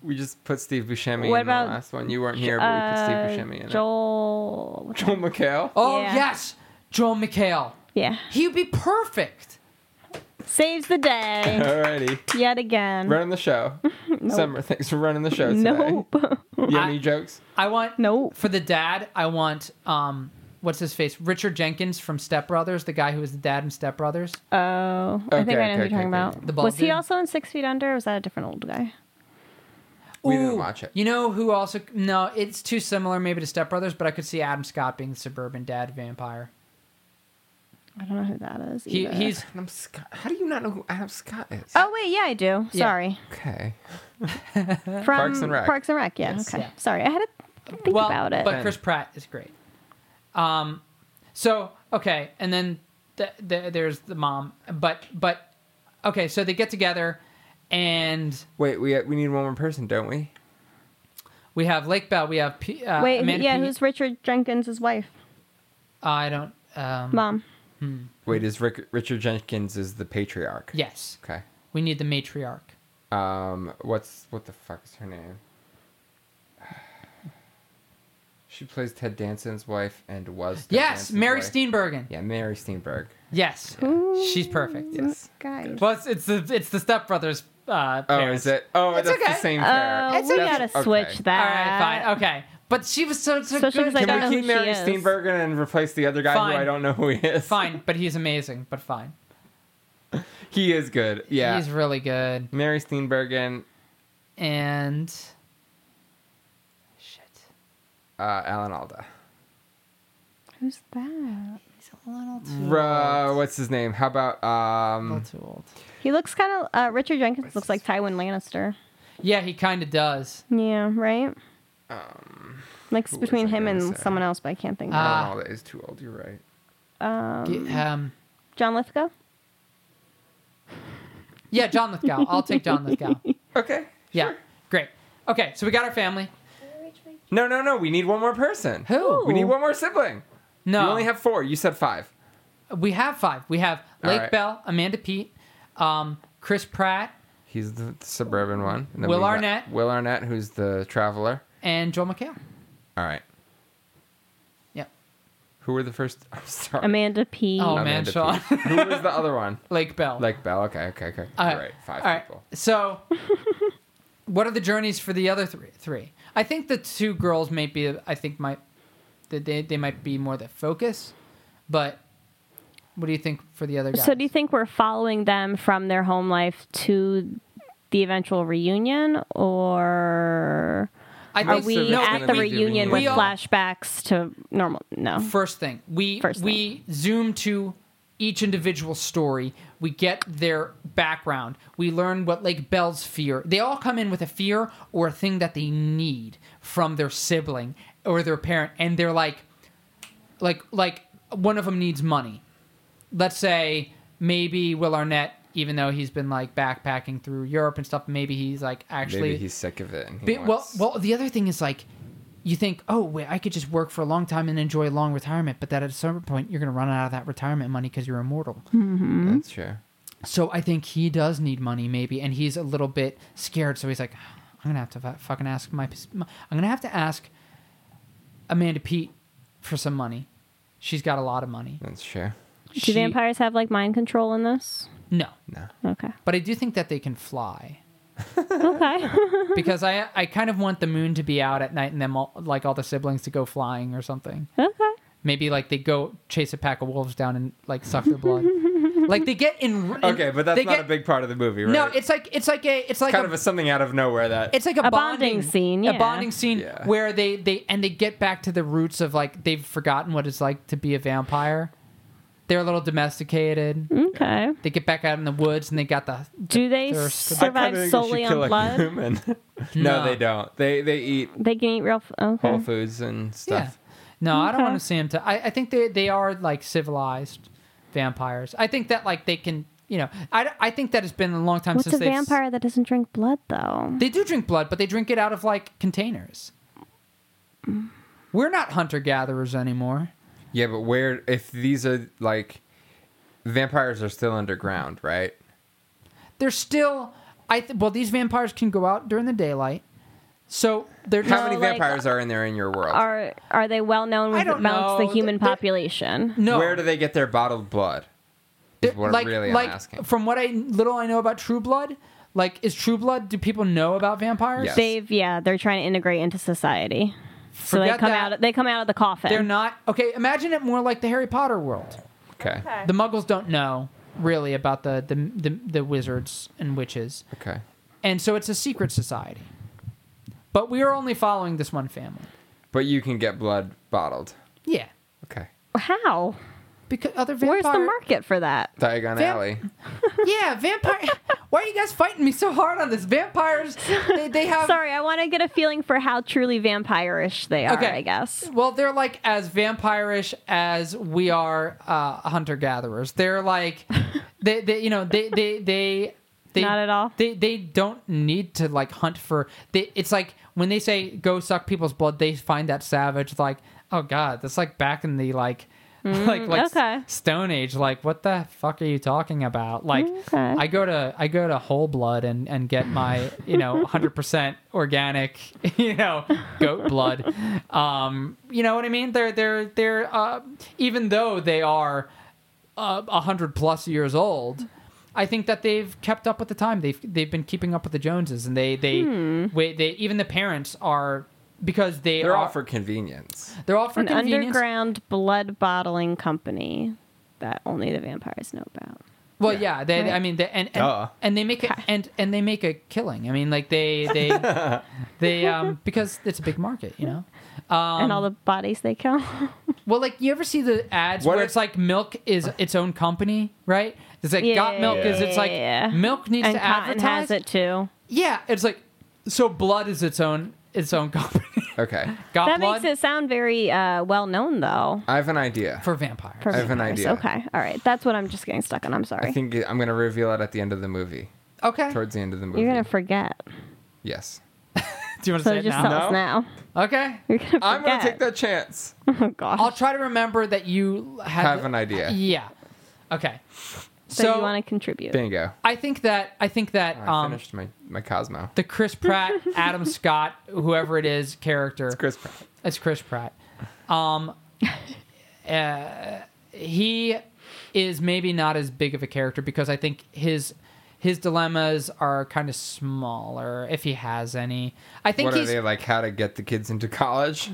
S1: We just put Steve Buscemi
S2: What
S1: in
S2: about,
S1: the last one. You weren't here, but we put Steve Buscemi in
S2: uh, Joel.
S1: it. Joel McHale.
S3: Oh
S2: Yeah.
S3: yes, Joel McHale.
S2: Yeah.
S3: He'd be perfect.
S2: Saves the day
S1: Alrighty,
S2: yet again.
S1: running the show. Summer, thanks for running the show today.
S2: nope.
S1: You have any
S3: I-
S1: jokes?
S3: I want
S2: Nope.
S3: for the dad. I want um, what's his face? Richard Jenkins from Step Brothers, the guy who was the dad in Step Brothers.
S2: Oh, I think
S1: Okay,
S2: I know who
S1: okay,
S2: you're
S1: okay,
S2: talking
S1: okay.
S2: about.
S3: The bald
S2: was he
S3: dude?
S2: also in Six Feet Under? Or was that a different old guy?
S1: We didn't
S3: Ooh,
S1: watch it.
S3: You know who also? No, it's too similar maybe to Step Brothers, but I could see Adam Scott being the suburban dad vampire.
S2: I don't know who that is.
S3: He,
S2: either.
S3: he's
S1: Adam Scott. How do you not know who Adam Scott is?
S2: Oh wait, yeah, I do.
S3: Yeah.
S2: Sorry.
S1: Okay.
S2: From
S1: Parks and Rec.
S2: Parks and Rec. Yeah.
S3: Yes,
S2: okay.
S3: yeah.
S2: Sorry, I had to think
S3: well,
S2: about it.
S3: But Chris Pratt is great. Um, so okay, and then the, the, there's the mom, but but okay, so they get together, and
S1: Wait, we we need one more person, don't we?
S3: we have Lake Bell, we have P, uh,
S2: Wait,
S3: Amanda
S2: yeah,
S3: P-
S2: who's Richard Jenkins' wife?
S3: I don't. Um,
S2: Mom.
S1: Wait, is Rick, Richard Jenkins is the patriarch?
S3: Yes,
S1: Okay.
S3: we need the matriarch.
S1: Um, what's what the fuck is her name? She plays Ted Danson's wife and was Ted
S3: Yes,
S1: Danson's
S3: Mary
S1: wife.
S3: Steenburgen.
S1: Yeah, Mary Steenberg.
S3: Yes, she's perfect.
S1: Yes.
S2: Guys.
S3: Well, it's, it's the it's the Step Brothers. Uh,
S1: Oh,
S3: parents.
S1: is it? Oh,
S3: It's
S1: that's
S3: okay.
S1: the same pair.
S2: Uh,
S3: It's
S2: we
S3: okay.
S2: gotta
S1: Okay.
S2: switch
S3: All
S2: that.
S3: right, fine, okay. But she was so so,
S2: So she
S3: good.
S2: was like,
S3: at
S2: I
S1: Can
S2: don't know
S1: we keep
S2: who
S1: Mary
S2: she is.
S1: Steenberg and replace the other guy
S3: Fine.
S1: who I don't know who he is?
S3: Fine, but he's amazing. But fine,
S1: He is good. Yeah.
S3: he's really good.
S1: Mary Steenburgen,
S3: And shit,
S1: uh, Alan Alda.
S2: Who's that?
S3: he's a little too
S1: Ruh,
S3: old.
S1: what's his name? How about
S3: A little
S1: um?
S3: too old.
S2: He looks kind of. Uh, Richard Jenkins looks like Tywin Lannister.
S3: Yeah, he kind of does.
S2: Yeah, right. Like
S1: Um, who was
S2: between
S1: I
S2: him
S1: gonna
S2: and
S1: say?
S2: someone else, but I can't think.
S3: Ah.
S2: of
S1: Alan Alda is too old. You're right.
S3: Uh,
S2: it. um,
S1: Hmm.
S3: G- Um,
S2: John Lithgow.
S3: yeah, John Lithgow. I'll take John Lithgow.
S1: Okay.
S3: Yeah, great. Okay, so we got our family.
S1: No, no, no. We need one more person.
S3: Who?
S1: We need one more sibling.
S3: No,
S1: You only have four. You said five.
S3: we have five. We have
S1: All
S3: Lake
S1: right.
S3: Bell, Amanda Pete, um, Chris Pratt,
S1: He's the suburban one. And then
S3: Will
S1: we got
S3: Arnett.
S1: Will Arnett, who's the traveler.
S3: and Joel McHale.
S1: All right.
S3: Yep.
S1: Who were the first? I'm sorry.
S2: Amanda P.
S3: Oh, man,
S1: Amanda
S3: Sean.
S1: Peet. Who was the other one?
S3: Lake Bell.
S1: Like Bell. Okay, okay, okay.
S3: All
S1: All
S3: right.
S1: right, five
S3: All right.
S1: people.
S3: So, what are the journeys for the other three? Three. I think the two girls might be. I think might that they they might be more the focus, but what do you think for the other guys?
S2: So do you think we're following them from their home life to the eventual reunion, or
S3: I
S2: are
S3: think
S2: we
S1: no,
S2: at
S1: gonna
S2: the
S1: be the
S2: reunion
S1: reunion.
S2: with
S3: We all-
S2: flashbacks to normal? No.
S3: first thing we
S2: First
S3: we zoom to each individual story we get their background we learn what lake bell's fear they all come in with a fear or a thing that they need from their sibling or their parent and they're like like like one of them needs money let's say maybe will arnett even though he's been like backpacking through europe and stuff maybe he's like actually
S1: Maybe he's sick of it. And he
S3: Be- well,
S1: wants-
S3: well, the other thing is like, you think, oh, wait, I could just work for a long time and enjoy a long retirement, but that at a certain point you're going to run out of that retirement money because you're immortal.
S2: Hmm?
S1: that's true.
S3: So I think he does need money, maybe, and he's a little bit scared. So he's like, I'm going to have to fu- fucking ask my, my I'm going to have to ask Amanda Pete for some money. She's got a lot of money.
S1: That's true.
S2: Do
S3: She-
S2: vampires have like mind control in this?
S3: No,
S1: No.
S2: Okay.
S3: but I do think that they can fly.
S2: Okay.
S3: because I I kind of want the moon to be out at night and them all like all the siblings to go flying or something.
S2: Okay.
S3: Maybe like they go chase a pack of wolves down and like suck their blood. like they get in. in-
S1: Okay, but that's
S3: they
S1: not
S3: get-
S1: a big part of the movie, right?
S3: No, it's like it's like a it's like
S1: kind
S3: a,
S1: of a something out of nowhere that.
S3: it's like a,
S2: A bonding scene,
S3: a
S2: yeah.
S3: bonding scene
S1: Yeah.
S3: where they they and they get back to the roots of like they've forgotten what it's like to be a vampire. They're a little domesticated.
S2: Okay.
S3: They get back out in the woods and they got the
S2: Do they
S3: Thirst.
S1: I kinda
S2: survive
S1: think we should
S2: solely
S1: kill
S2: on
S1: a
S2: blood?
S1: human. no,
S3: No. Hmm?
S1: they don't. They they eat
S2: They can eat real. F- okay.
S1: whole foods and
S3: Yeah.
S1: stuff.
S3: No, I don't
S2: Okay.
S3: want to see them. To, I, I think they, they are like civilized vampires. I think that like they can, you know, I, I think that it's been a long time
S2: What's
S3: since
S2: a
S3: they've-
S2: vampire that doesn't drink blood though?
S3: They do drink blood, but they drink it out of like containers. We're not hunter gatherers anymore.
S1: Yeah. but where if these are like vampires are still underground, right?
S3: They're still, I th- well, these vampires can go out during the daylight, so they're
S1: How
S3: not-
S1: many
S2: like,
S1: vampires are in there in your world?
S2: Are are they well known
S3: I
S2: with,
S3: don't
S2: amongst
S3: know.
S2: the human
S3: They- they-
S2: population?
S3: no.
S1: Where do they get their bottled blood? Is
S3: They're-
S1: what
S3: like,
S1: really
S3: like
S1: I'm asking.
S3: from what I little I know about True Blood, like is True Blood? Do people know about vampires?
S1: Yes.
S2: They've yeah, they're trying to integrate into society. So they
S3: Forget
S2: come
S3: that.
S2: out. They come out of the coffin.
S3: They're not okay. Imagine it more like the Harry Potter world.
S1: okay.
S3: The Muggles don't know really about the the the, the wizards and witches,
S1: Okay.
S3: and so it's a secret society. But we are only following this one family.
S1: But you can get blood bottled.
S3: Yeah,
S1: Okay.
S2: How?
S3: because other vampire.
S2: Where's the market for that?
S1: Diagon
S3: Vamp-
S1: Alley.
S3: Yeah, vampire. Why are you guys fighting me so hard on this? Vampires. They, they have.
S2: Sorry, I want to get a feeling for how truly vampire-ish they are.
S3: Okay.
S2: I guess.
S3: Well, they're like as vampirish as we are uh, hunter gatherers. They're like, they, they, you know, they, they, they, they,
S2: Not at all.
S3: They, they don't need to like hunt for. They, it's like when they say go suck people's blood, they find that savage. Like, oh god, that's like back in the like, like, like s-
S2: Mm, okay.
S3: Stone Age. Like, what the fuck are you talking about? Like,
S2: Okay.
S3: I go to I go to Whole Blood and and get my you know 100 percent organic you know goat blood. Um, you know what I mean? They're they're they're uh, even though they are uh, a hundred plus years old. I think that they've kept up with the time. They've they've been keeping up with the Joneses, and they they
S2: Hmm.
S3: wait. They even the parents are because they
S1: They're
S3: are
S1: all for convenience.
S3: they're all for
S2: An
S3: convenience.
S2: underground blood bottling company that only the vampires know about.
S3: Well, yeah, they.
S2: Right.
S3: I mean, they, and
S1: Duh.
S3: and, and they make a, and and they make a killing. I mean, like they they they um because it's a big market, you know. Um,
S2: and all the bodies they kill.
S3: well, like you ever see the ads
S1: What
S3: where
S1: if-
S3: it's like milk is its own company, right? It's like
S2: Yeah,
S3: got milk is it's like
S2: yeah.
S3: milk needs
S2: and
S3: to
S2: Cotton
S3: advertise.
S2: has it too.
S3: Yeah, it's like so blood is its own its own company.
S1: Okay.
S3: got
S2: that
S3: blood
S2: makes it sound very uh, well known, though.
S1: I have an idea.
S3: for vampires.
S2: for
S1: I have an
S2: vampires.
S1: idea.
S2: Okay, all right. That's what I'm just getting stuck on. I'm sorry.
S1: I think I'm going to reveal it at the end of the movie.
S3: okay,
S1: Towards the end of the movie.
S2: You're gonna forget.
S1: yes.
S3: do you want to
S2: So
S3: say it
S2: just
S3: now?
S2: tell
S1: No.
S2: us now.
S3: Okay,
S2: You're gonna forget.
S1: I'm going to take that chance.
S2: Oh gosh.
S3: I'll try to remember that you had
S1: Have an idea.
S3: Yeah. Okay.
S2: so, you want to contribute?
S1: Bingo.
S3: I think that I think that
S1: I
S3: um,
S1: finished my, my Cosmo.
S3: the Chris Pratt, Adam Scott, whoever it is, character.
S1: It's Chris Pratt.
S3: It's Chris Pratt. Um, uh, he is maybe not as big of a character because I think his his dilemmas are kind of smaller if he has any. I think
S1: What are
S3: he's
S1: they like? How to get the kids into college?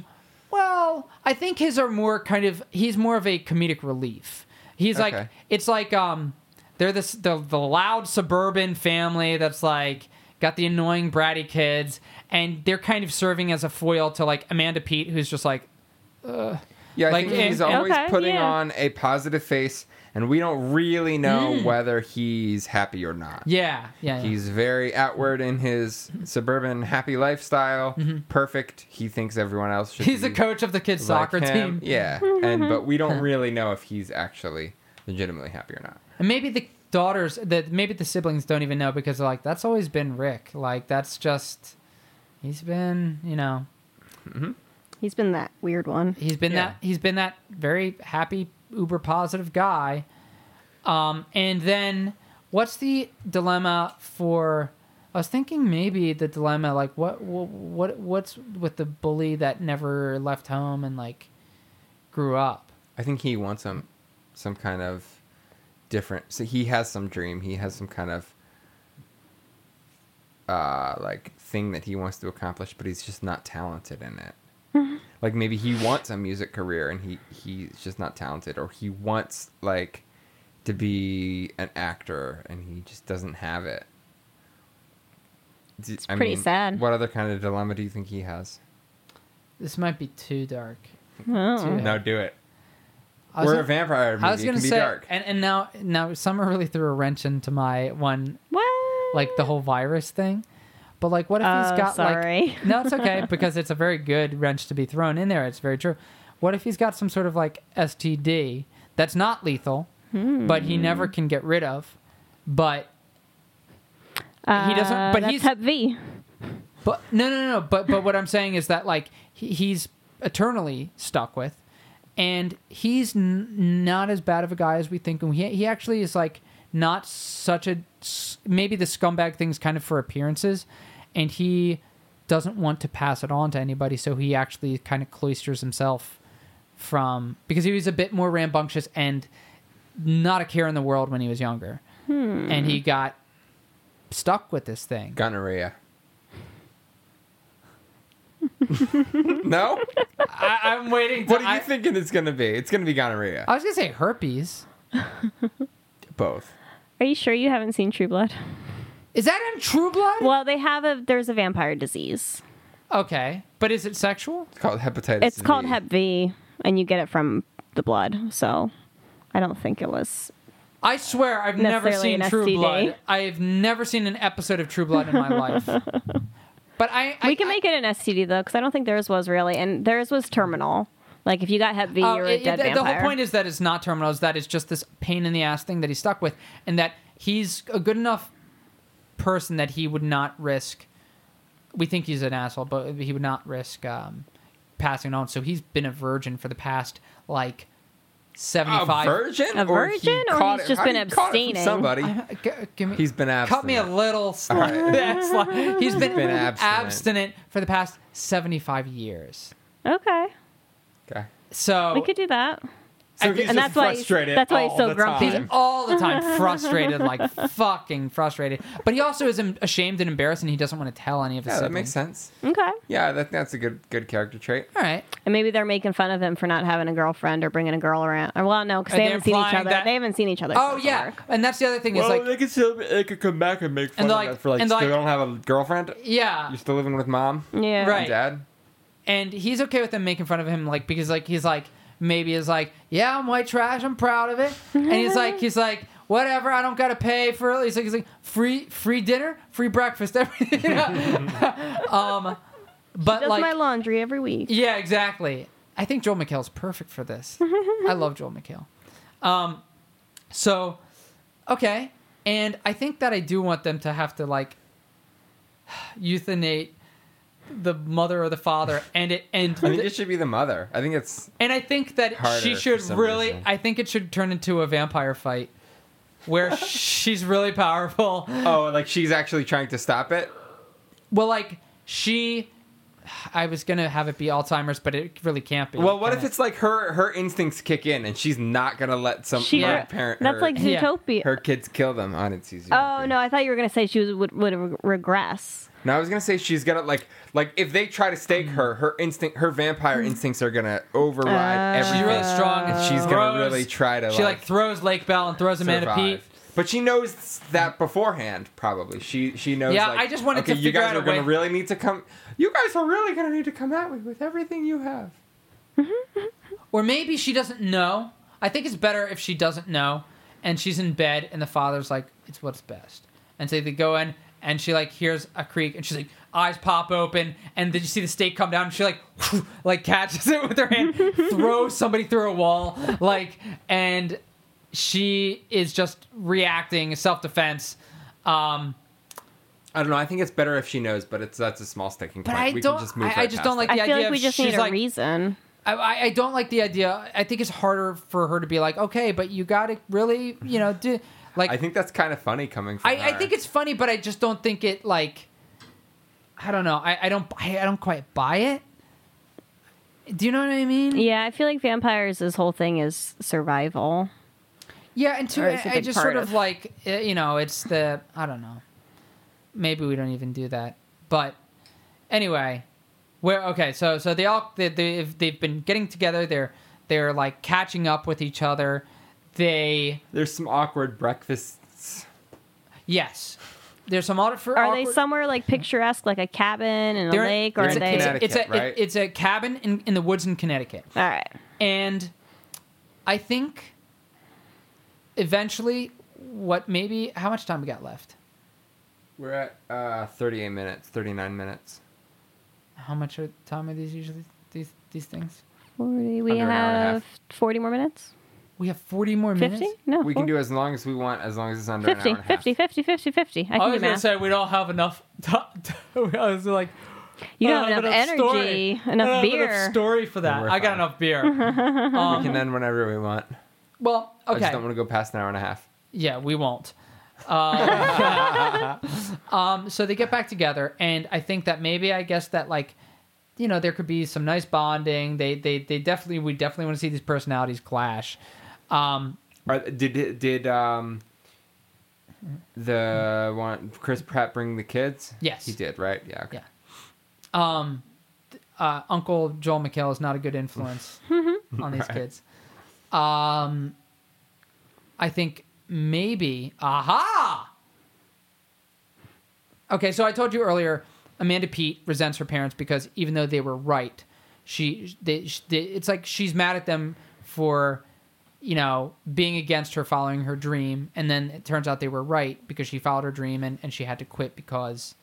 S3: well, I think his are more kind of he's more of a comedic relief. He's like
S1: Okay.
S3: it's like um they're this the the loud suburban family that's like got the annoying bratty kids and they're kind of serving as a foil to like Amanda Pete who's just like
S1: Yeah, I
S3: Like,
S1: think he's
S3: eh,
S1: always
S2: okay,
S1: putting
S2: yeah.
S1: on a positive face, and we don't really know
S3: Mm.
S1: whether he's happy or not.
S3: yeah, yeah. yeah.
S1: He's very outward in his suburban happy lifestyle. Perfect. He thinks everyone else should.
S3: Mm-hmm. He's
S1: be
S3: the coach of the kids
S1: like
S3: soccer
S1: him.
S3: team.
S1: Yeah, and but we don't really know if he's actually legitimately happy or not.
S3: And maybe the daughters that maybe the siblings don't even know because they're like that's always been Rick. Like that's just he's been, you know,
S2: He's been that weird one.
S3: He's been
S1: Yeah.
S3: that he's been that very happy, uber positive guy. Um, and then what's the dilemma for? I was thinking maybe the dilemma like what what, what what's with the bully that never left home and like grew up.
S1: I think he wants some some kind of different. So he has some dream. He has some kind of uh like thing that he wants to accomplish, but he's just not talented in it.
S2: Mm-hmm.
S1: like maybe he wants a music career and he he's just not talented or he wants like to be an actor and he just doesn't have it. It's
S2: pretty sad.
S1: What other kind of dilemma do you think he has?
S3: This might be too dark.
S2: Oh.
S1: No, do it.
S3: Mm-hmm. I was
S1: We're a
S3: gonna-
S1: vampire movie.
S3: I was
S1: it
S3: gonna
S1: can be
S3: say,
S1: dark.
S3: and and now now summer really threw a wrench into my one
S2: What?
S3: like the whole virus thing. But like, what if
S2: Oh,
S3: he's got
S2: sorry.
S3: like? No, it's okay because it's a very good wrench to be thrown in there. It's very true. What if he's got some sort of like STD that's not lethal, but he never
S2: Hmm.
S3: can get rid of, but he doesn't.
S2: Uh,
S3: but
S2: that's
S3: he's
S2: Hep V.
S3: but no, no, no. no. But but what I'm saying is that like he, he's eternally stuck with, and he's n- not as bad of a guy as we think. And he he actually is like not such a s- maybe the scumbag thing's kind of for appearances, and he doesn't want to pass it on to anybody. So he actually kind of cloisters himself from because he was a bit more rambunctious and not a care in the world when he was younger, and he got stuck with this thing.
S1: Gonorrhea. no?
S3: I, I'm waiting. To,
S1: What are
S3: I, Uh,
S1: you thinking it's going to be? It's going to be gonorrhea.
S3: I was gonna say herpes.
S1: Both.
S2: Are you sure you haven't seen True Blood?
S3: Is that in True Blood?
S2: Well, they have a. There's a vampire disease.
S3: okay, but is it sexual?
S1: It's called hepatitis.
S2: It's called
S1: B.
S2: Hep V, and you get it from the blood. So I don't think it was.
S3: I swear I've never
S2: Necessarily
S3: seen
S2: an
S3: True
S2: STD.
S3: Blood. I've never seen an episode of True Blood in my life. But I, I
S2: we can make it an STD though, because I don't think theirs was really, and theirs was terminal. Like if you got Hep V,
S3: Oh,
S2: you were
S3: it-
S2: a
S3: it-
S2: dead
S3: the-
S2: vampire.
S3: The whole point is that it's not terminal. Is that it's just this pain in the ass thing that he's stuck with, and that he's a good enough person that he would not risk. We think he's an asshole, but he would not risk um, passing on. So he's been a virgin for the past like seventy-five.
S1: A virgin?
S2: A
S1: he
S2: virgin, or
S1: caught
S2: he's
S1: it-
S2: just
S1: how
S2: been
S1: he caught it from
S2: abstaining?
S1: Somebody.
S3: I- I- g- give me-
S1: He's been
S3: Cut me a
S1: abstinent.
S3: little slack.
S1: right.
S3: That's like- he's been,
S1: been
S3: abstinent.
S1: abstinent.
S3: for the past seventy-five years.
S2: okay,
S1: Okay.
S3: So
S2: we could do that.
S1: So
S3: And
S1: he's
S2: and
S1: just
S2: that's why he's-
S1: frustrated.
S2: that's why he's
S1: all
S2: so
S1: the
S2: grumpy.
S1: time.
S3: He's all the time frustrated, like fucking frustrated. But he also is em- ashamed and embarrassed, and he doesn't want to tell any of his
S1: Yeah, that
S3: siblings.
S1: makes sense.
S2: Okay,
S1: Yeah, that, that's a good good character trait.
S3: All right.
S2: and maybe they're making fun of him for not having a girlfriend or bringing a girl around. Or, well, no,
S3: Are
S2: because they
S3: they
S2: haven't seen each
S3: implying
S2: other.
S3: that-
S2: They haven't seen each other.
S3: Oh
S2: since
S3: yeah,
S2: work.
S3: and that's the other thing is like,
S1: could still they could come back and make
S3: fun of like- that for, like, and like-
S1: they don't have a girlfriend.
S3: yeah,
S1: You're still living with mom,
S2: yeah,
S3: Right.
S1: and dad.
S3: and he's okay with them making fun of him, like because like he's like maybe is like, yeah, I'm white trash, I'm proud of it, and he's like he's like. Whatever, I don't gotta pay for it. He's like, he's like free, free dinner, free breakfast, everything. you know? um, but
S2: Does
S3: like,
S2: my laundry every week.
S3: Yeah, exactly. I think Joel McHale's perfect for this. I love Joel McHale. Um, so, okay. And I think that I do want them to have to, like, euthanate the mother or the father and it and
S1: I think it should be the mother. I think it's
S3: and I think that
S1: Harder
S3: she
S1: for
S3: should
S1: some
S3: really
S1: reason.
S3: I think it should turn into a vampire fight where she's really powerful
S1: oh, like she's actually trying to stop it.
S3: well like she I was gonna have it be Alzheimer's but it really can't be
S1: Well, what
S3: can
S1: if
S3: it?
S1: it's like her her instincts kick in and she's not gonna let some
S2: She,
S1: her
S3: Yeah.
S1: parent
S2: that's
S1: her,
S2: like
S3: Yeah.
S2: Zootopia.
S1: her kids kill them on it's easy.
S2: oh no, I thought you were gonna say she was, would would re- regress.
S1: No, I was gonna say she's gonna like like if they try to stake her, her instinct, her vampire
S2: Mm.
S1: instincts are gonna override
S2: Oh.
S1: everything.
S3: She's really strong, and
S1: and she's gonna
S3: throws-
S1: really try to.
S3: She like, throws Lake Bell and throws Amanda Pete.
S1: survive. But she knows that beforehand, probably. She she knows.
S3: Yeah,
S1: like,
S3: I just wanted
S1: okay,
S3: to
S1: you
S3: figure
S1: guys
S3: out
S1: are
S3: a
S1: gonna
S3: way-
S1: really need to come. You guys are really gonna need to come at me with everything you have.
S3: Or maybe she doesn't know. I think it's better if she doesn't know, and she's in bed, and the father's like, "It's what's best." And so they go in, and she like hears a creak, and she's like, eyes pop open, and then you see the stake come down, and she like, like catches it with her hand, throws somebody through a wall, like, and she is just reacting self defense. Um,
S1: I don't know. I think it's better if she knows, but it's that's a small sticking
S3: But
S1: point.
S3: I
S1: we
S3: don't-
S1: can just move.
S3: I- I
S1: right
S3: just
S1: past
S3: don't
S1: that.
S3: like
S2: I
S3: the
S2: feel
S3: idea
S2: like we
S3: of
S2: just
S3: she's
S2: need a
S3: like-
S2: reason.
S3: I- I, I don't like the idea. I think it's harder for her to be like, okay, but you got to really, you know, do like.
S1: I think that's kind of funny coming from
S3: I, I
S1: her.
S3: think it's funny, but I just don't think it like. I don't know. I, I don't. I, I don't quite buy it. Do you know what I mean?
S2: Yeah, I feel like vampires. This whole thing is survival.
S3: Yeah, and two,
S2: Or it's a
S3: I, I
S2: big
S3: just
S2: part
S3: sort of
S2: of-
S3: like uh, you know, it's the I don't know. Maybe we don't even do that, but anyway, we're okay. So so they all they, they've they've been getting together. They're they're like catching up with each other. They
S1: there's some awkward breakfasts.
S3: yes, there's some audit for
S2: Are
S3: awkward,
S2: they somewhere like picturesque, like a cabin and a
S3: they're-
S2: lake, or
S3: it's
S2: are
S3: a,
S2: they?
S3: it's a- it's a,
S1: Connecticut, right?
S3: it's a cabin in, in the woods in Connecticut.
S2: All right.
S3: And I think eventually, what maybe, how much time we got left?
S1: We're at uh, 38 minutes, 39 minutes.
S3: How much are- time are these usually, these, these things?
S2: 40, we
S1: Under an hour and a
S2: have
S1: half.
S2: 40 more minutes?
S3: We have 40 more
S2: 50?
S3: minutes.
S2: No.
S1: We can
S2: four-
S1: do as long as we want, as long as it's under
S2: 50,
S1: an hour and a half.
S2: 50, 50, 50, 50. I
S3: I
S2: can
S3: was
S2: do
S3: going to
S2: math.
S3: say, we don't have enough. I was like,
S2: you
S3: I
S2: don't have enough energy, enough beer.
S3: Uh, story for that.
S1: We're
S3: I got
S1: fine.
S3: enough beer. Um,
S1: We can end whenever we want.
S3: well,
S1: I
S3: okay.
S1: just don't want to go past an hour and a half.
S3: Yeah, we won't. Uh, um, so they get back together, and I think that maybe I guess that like, you know, there could be some nice bonding. They they they definitely we definitely want to see these personalities clash. Um,
S1: Are, did did um the one Chris Pratt bring the kids?
S3: Yes.
S1: he did. Right? Yeah. Okay.
S3: yeah. Um, th- uh, Uncle Joel McHale is not a good influence on these kids. Um, I think maybe. Aha! Okay, so I told you earlier, Amanda Pete resents her parents because even though they were right, she they, sh- they it's like she's mad at them for you know, being against her following her dream. And then it turns out they were right because she followed her dream and, and she had to quit because,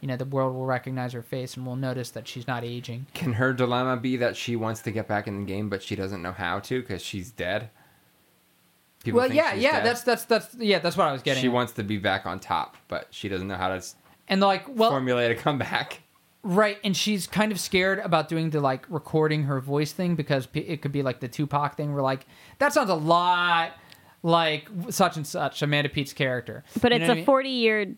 S3: you know, the world will recognize her face and will notice that she's not aging.
S1: Can her dilemma be that she wants to get back in the game, but she doesn't know how to because she's dead? People
S3: well,
S1: think
S3: yeah,
S1: she's
S3: yeah,
S1: dead.
S3: that's, that's, that's, yeah, that's what I was getting.
S1: she
S3: at.
S1: wants to be back on top, but she doesn't know how to s-
S3: and like, well,
S1: formulate a comeback.
S3: Right, and she's kind of scared about doing the like recording her voice thing because p- it could be like the Tupac thing. Where like that sounds a lot like such and such Amanda Pete's character.
S2: But
S3: You
S2: it's
S3: know
S2: a
S3: what I mean?
S2: 40 year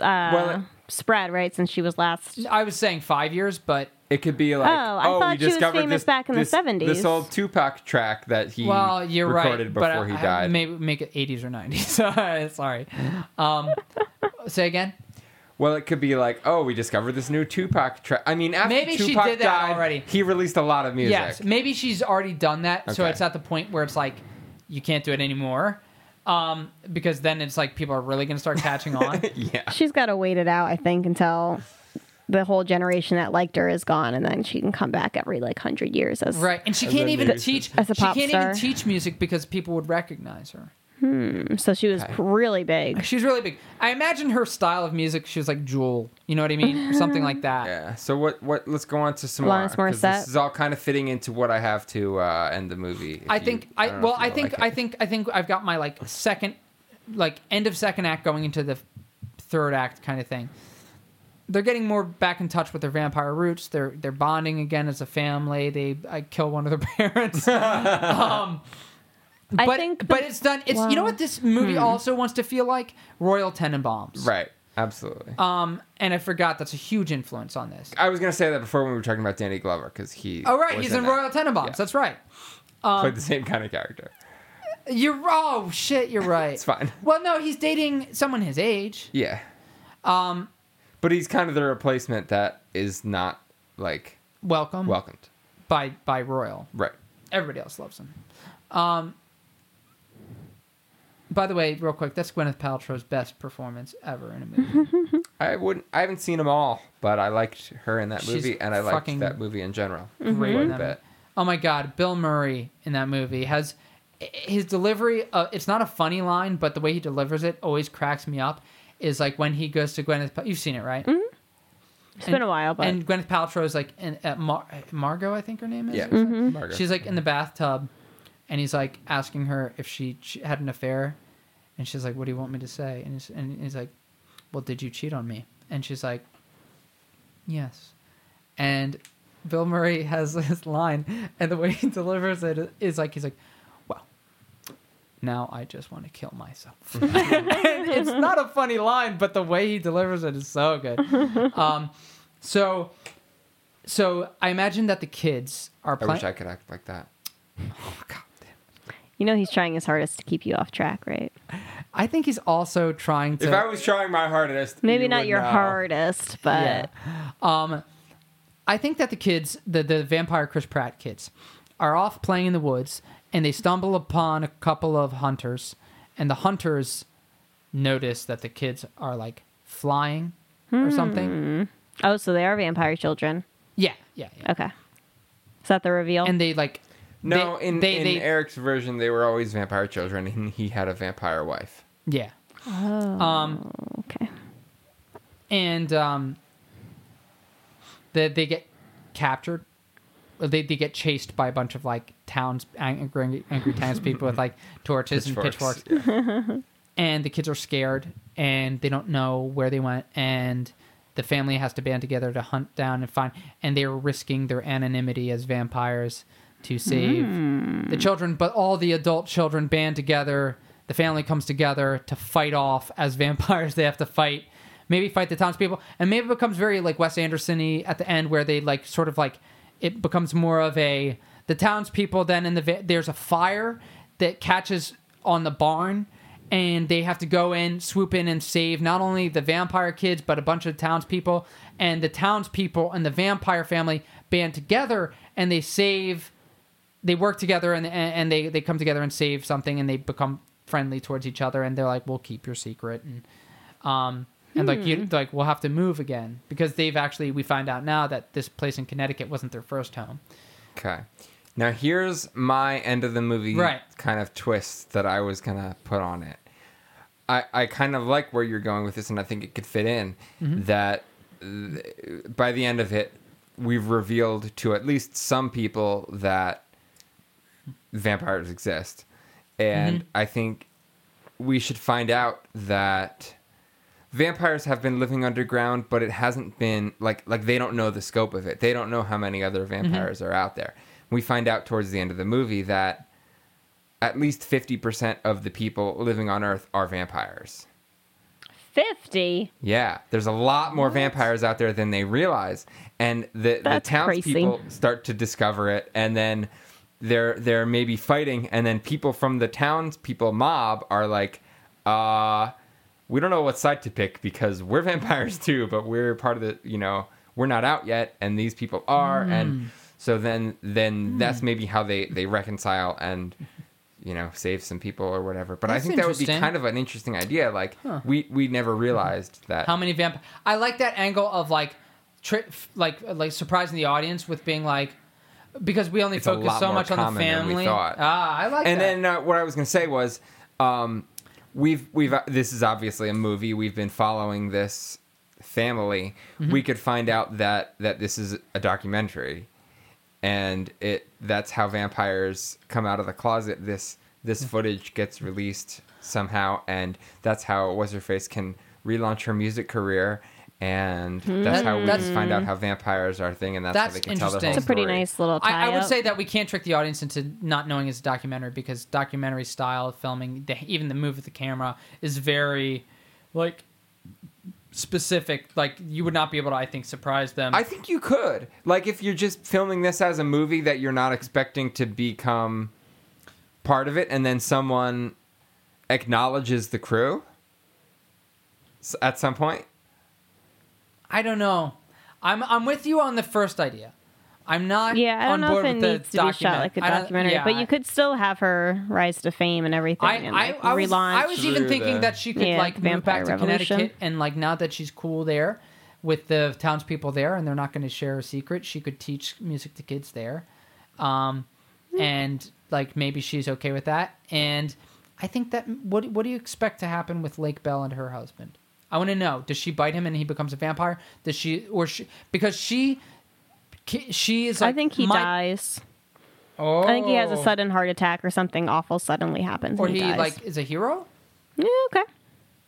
S2: uh,
S1: it-
S2: spread, right? Since she was last.
S3: I was saying five years, but
S1: It could be like,
S2: Oh,
S1: oh,
S2: I
S1: we
S2: thought she was
S1: discovered
S2: famous
S1: this,
S2: back in the
S1: this- This
S2: 70s.
S1: old Tupac track that he
S3: well, you're
S1: recorded
S3: right.
S1: before
S3: but
S1: he
S3: I-
S1: died.
S3: maybe make it eighties or nineties. Sorry. Um, say again.
S1: Well, it could be like, oh, we discovered this new Tupac track. I mean, after
S3: Maybe she
S1: Tupac
S3: did that
S1: died,
S3: already.
S1: he released a lot of music.
S3: Yes, maybe she's already done that, so
S1: Okay.
S3: it's at the point where it's like you can't do it anymore. Um, because then it's like people are really gonna start catching on.
S1: yeah.
S2: She's got to wait it out, I think, until the whole generation that liked her is gone, and then she can come back every like hundred years. As,
S3: Right, and she
S1: As
S3: can't
S1: a
S3: even
S1: music-
S3: teach.
S2: As a pop
S3: she can't
S2: star.
S3: even teach music because people would recognize her.
S2: So she was really big.
S3: She's really big. I imagine her style of music. She was like Jewel. You know what I mean? Or something like that.
S1: Yeah. So what? What? Let's go on to some
S2: Alanis
S1: more. 'cause
S2: Morissette.
S1: This is all kind of fitting into what I have to uh, end the movie. If
S3: I
S1: you-
S3: think. I,
S1: don't know
S3: well,
S1: if
S3: I
S1: you'll
S3: think.
S1: like
S3: I
S1: it.
S3: think. I think I've got my like second, like end of second act going into the third act kind of thing. They're getting more back in touch with their vampire roots. They're they're bonding again as a family. They I kill one of their parents.
S2: I
S3: but,
S2: think, the-
S3: but it's done. It's you
S2: Wow.
S3: know
S2: Hmm.
S3: what this movie also wants to feel like Royal Tenenbaums,
S1: right. Absolutely.
S3: Um, and I forgot that's a huge influence on this.
S1: I was gonna say that before when we were talking about Danny Glover because he.
S3: Oh right,
S1: was
S3: he's in
S1: that.
S3: Royal um, Tenenbaums.
S1: Yeah.
S3: That's right.
S1: Played the same kind of character.
S3: You're oh shit, you're right.
S1: It's fine.
S3: Well, no, he's dating someone his age.
S1: Yeah. Um. But he's kind of the replacement that is not like
S3: Welcome,
S1: welcomed.
S3: by by Royal.
S1: Right.
S3: Everybody else loves him. Um. By the way, real quick, that's Gwyneth Paltrow's best performance ever in a
S2: Mhm.
S3: movie.
S1: I wouldn't. I haven't seen them all, but I liked her in that
S3: She's
S1: movie, and I liked
S3: fucking Mm-hmm.
S1: that movie in general.
S3: Great
S1: Quite a
S3: in that
S1: bit.
S3: movie. Oh my God, Bill Murray in that movie has his delivery. Of, it's not a funny line, but the way he delivers it always cracks me up. Is like when he goes to Gwyneth. Pal- You've seen it, right?
S2: Mm-hmm. it's been a while, but
S3: and Gwyneth Paltrow is like in, at Mar- Margot, I think her name is.
S1: Yeah.
S3: or something.
S2: Mm-hmm.
S1: Margot.
S3: She's like in the bathtub, and he's like asking her if she ch- had an affair, and she's like, "What do you want me to say?" And he's, and he's like, "Well, did you cheat on me?" And she's like, "Yes." And Bill Murray has his line, and the way he delivers it is like he's like, "Well, now I just want to kill myself." And it's not a funny line, but the way he delivers it is so good. Um, so, so I imagine that the kids are
S1: I
S3: playing.
S1: wish I could act like that.
S2: you know he's trying his hardest to keep you off track, right?
S3: I think he's also trying to.
S1: If I was trying my hardest,
S2: Maybe
S1: you
S2: not
S1: would
S2: your
S1: know.
S2: hardest, but
S3: Yeah. Um, I think that the kids, the the vampire Chris Pratt kids, are off playing in the woods, and they stumble upon a couple of hunters, and the hunters notice that the kids are like flying or something.
S2: oh, so they are vampire children.
S3: Yeah, yeah, yeah.
S2: Okay, is that the reveal?
S3: And they like.
S1: No,
S3: they-
S1: in,
S3: they,
S1: in
S3: they,
S1: Eric's version, they were always vampire children, and he had a vampire wife.
S3: yeah,
S2: oh,
S3: um,
S2: okay.
S3: and um, they they get captured. They, they get chased by a bunch of like towns angry, angry townspeople with like torches and pitchforks.
S1: Pitchforks.
S3: and the kids are scared and they don't know where they went and the family has to band together to hunt down and find and they're risking their anonymity as vampires to save the children but all the adult children band together the family comes together to fight off as vampires they have to fight maybe fight the townspeople and maybe it becomes very like wes anderson-y at the end where they like sort of like it becomes more of a the townspeople then in the va- there's a fire that catches on the barn and they have to go in, swoop in, and save not only the vampire kids but a bunch of townspeople. And the townspeople and the vampire family band together, and they save. They work together, and and they they come together and save something, and they become friendly towards each other. And they're like, "We'll keep your secret," and um, and like
S1: Hmm.
S3: you like we'll have to move again because they've actually we find out now that this place in Connecticut wasn't their first home.
S1: Okay. Now here's my end of the movie
S3: Right.
S1: kind of twist that I was gonna put on it. I, I kind of like where you're going with this, and I think it could fit in that th- by the end of it, we've revealed to at least some people that vampires exist. And I think we should find out that vampires have been living underground, but it hasn't been like like they don't know the scope of it. They don't know how many other vampires are out there. We find out towards the end of the movie that at least 50% of the people living on Earth are vampires.
S2: 50.
S1: Yeah, there's a lot more vampires out there than they realize, and the
S2: That's
S1: the townspeople
S2: crazy.
S1: start to discover it, and then they're they're maybe fighting, and then people from the townspeople mob are like, uh, we don't know what side to pick because we're vampires too, but we're part of the you know we're not out yet, and these people are,
S2: Hmm.
S1: and so then then that's maybe how they they reconcile and you know save some people or whatever. But
S3: That's
S1: I think that would be
S3: interesting.
S1: kind of an interesting idea. Like we we never realized that
S3: How many vamp? I like that angle of like, tri- f- like like surprising the audience with being like, because we only
S1: a
S3: focus
S1: lot
S3: so
S1: more
S3: much on the
S1: common than we
S3: family.
S1: thought.
S3: Ah, I like
S1: and
S3: that.
S1: then uh, what I was going to say was, um, we've we've uh, this is obviously a movie. We've been following this family.
S3: Mm-hmm.
S1: We could find out that that this is a documentary, and it that's how vampires come out of the closet. This this
S3: Mm-hmm.
S1: footage gets released somehow, and that's how what's her face can relaunch her music career. And that's how we
S3: That's-
S1: find out how vampires are a thing, and that's, how
S3: Mm-hmm. That's
S1: they can tell their whole
S3: interesting.
S2: It's a pretty
S1: story.
S2: nice little tie
S3: I, I would say that we can't trick the audience into not knowing it's a documentary because documentary style filming, the, even the move of the camera, is very like specific. Like you would not be able to, I think, surprise them.
S1: I think you could. Like if you're just filming this as a movie that you're not expecting to become part of it and then someone acknowledges the crew s- at some point.
S3: I don't know. I'm I'm with you on the first idea. I'm not.
S2: Yeah, I don't
S3: on
S2: know if
S3: board
S2: it
S3: with the
S2: needs to be shot
S3: document-
S2: like a
S3: I don't-
S2: documentary,
S3: yeah,
S2: but you
S3: I-
S2: could still have her rise to fame and everything,
S3: I,
S2: and
S3: I,
S2: like,
S3: I was,
S2: relaunch.
S3: I was even
S1: Through
S3: thinking
S1: the-
S3: that she could
S2: Yeah,
S3: like move back
S2: Vampire
S3: to
S2: Revolution.
S3: Connecticut and like now that she's cool there with the townspeople there and they're not going to share a secret, she could teach music to kids there, um, and like maybe she's okay with that. And I think that what what do you expect to happen with Lake Bell and her husband? I want to know: Does she bite him and he becomes a vampire? Does she or she because she she is? Like,
S2: I think he
S3: my-
S2: dies.
S3: Oh.
S2: I think he has a sudden heart attack or something awful suddenly happens.
S3: or
S2: and
S3: he
S2: dies.
S3: like is a hero.
S2: Yeah, okay.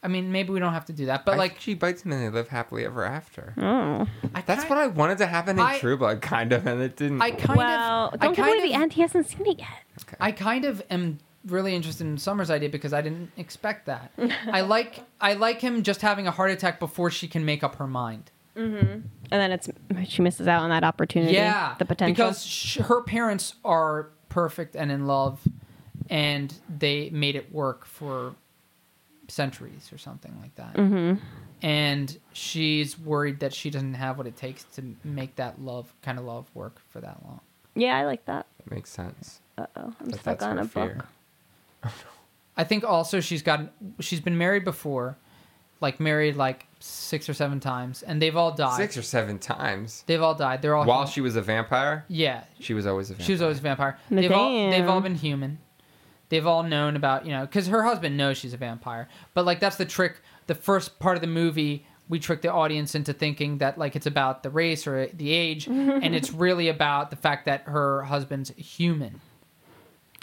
S3: I mean, maybe we don't have to do that, but
S1: I
S3: like
S1: think she bites him and they live happily ever after.
S2: Oh.
S3: I
S1: That's
S3: ki-
S1: what I wanted to happen in
S3: I-
S1: True Blood, kind of, and it didn't.
S3: I kind
S2: well,
S3: of. I
S2: don't give
S3: kind
S2: away
S3: of,
S2: the end. He hasn't seen it yet.
S3: I kind of am really interested in Summer's idea because I didn't expect that. I like I like him just having a heart attack before she can make up her mind.
S2: And then it's she misses out on that opportunity.
S3: Yeah,
S2: the potential.
S3: because sh- her parents are perfect and in love, and they made it work for centuries or something like that.
S2: Mm-hmm.
S3: And she's worried that she doesn't have what it takes to make that love kind of love work for that long.
S2: yeah, I like that.
S1: makes sense.
S2: Uh oh, I'm
S1: But
S2: stuck
S1: that's
S2: on
S1: her
S2: a
S1: fear.
S2: book.
S3: I think also she's gotten she's been married before, like married like six or seven times, and they've all died.
S1: Six or seven times.
S3: they've all died. They're all
S1: While
S3: human.
S1: she was a vampire,
S3: yeah,
S1: she was always a vampire.
S3: she was always a vampire.
S2: But
S3: They've all they've
S2: damn.
S3: all been human. They've all known about you know because her husband knows she's a vampire, but like that's the trick. The first part of the movie, we trick the audience into thinking that like it's about the race or the age, and it's really about the fact that her husband's human.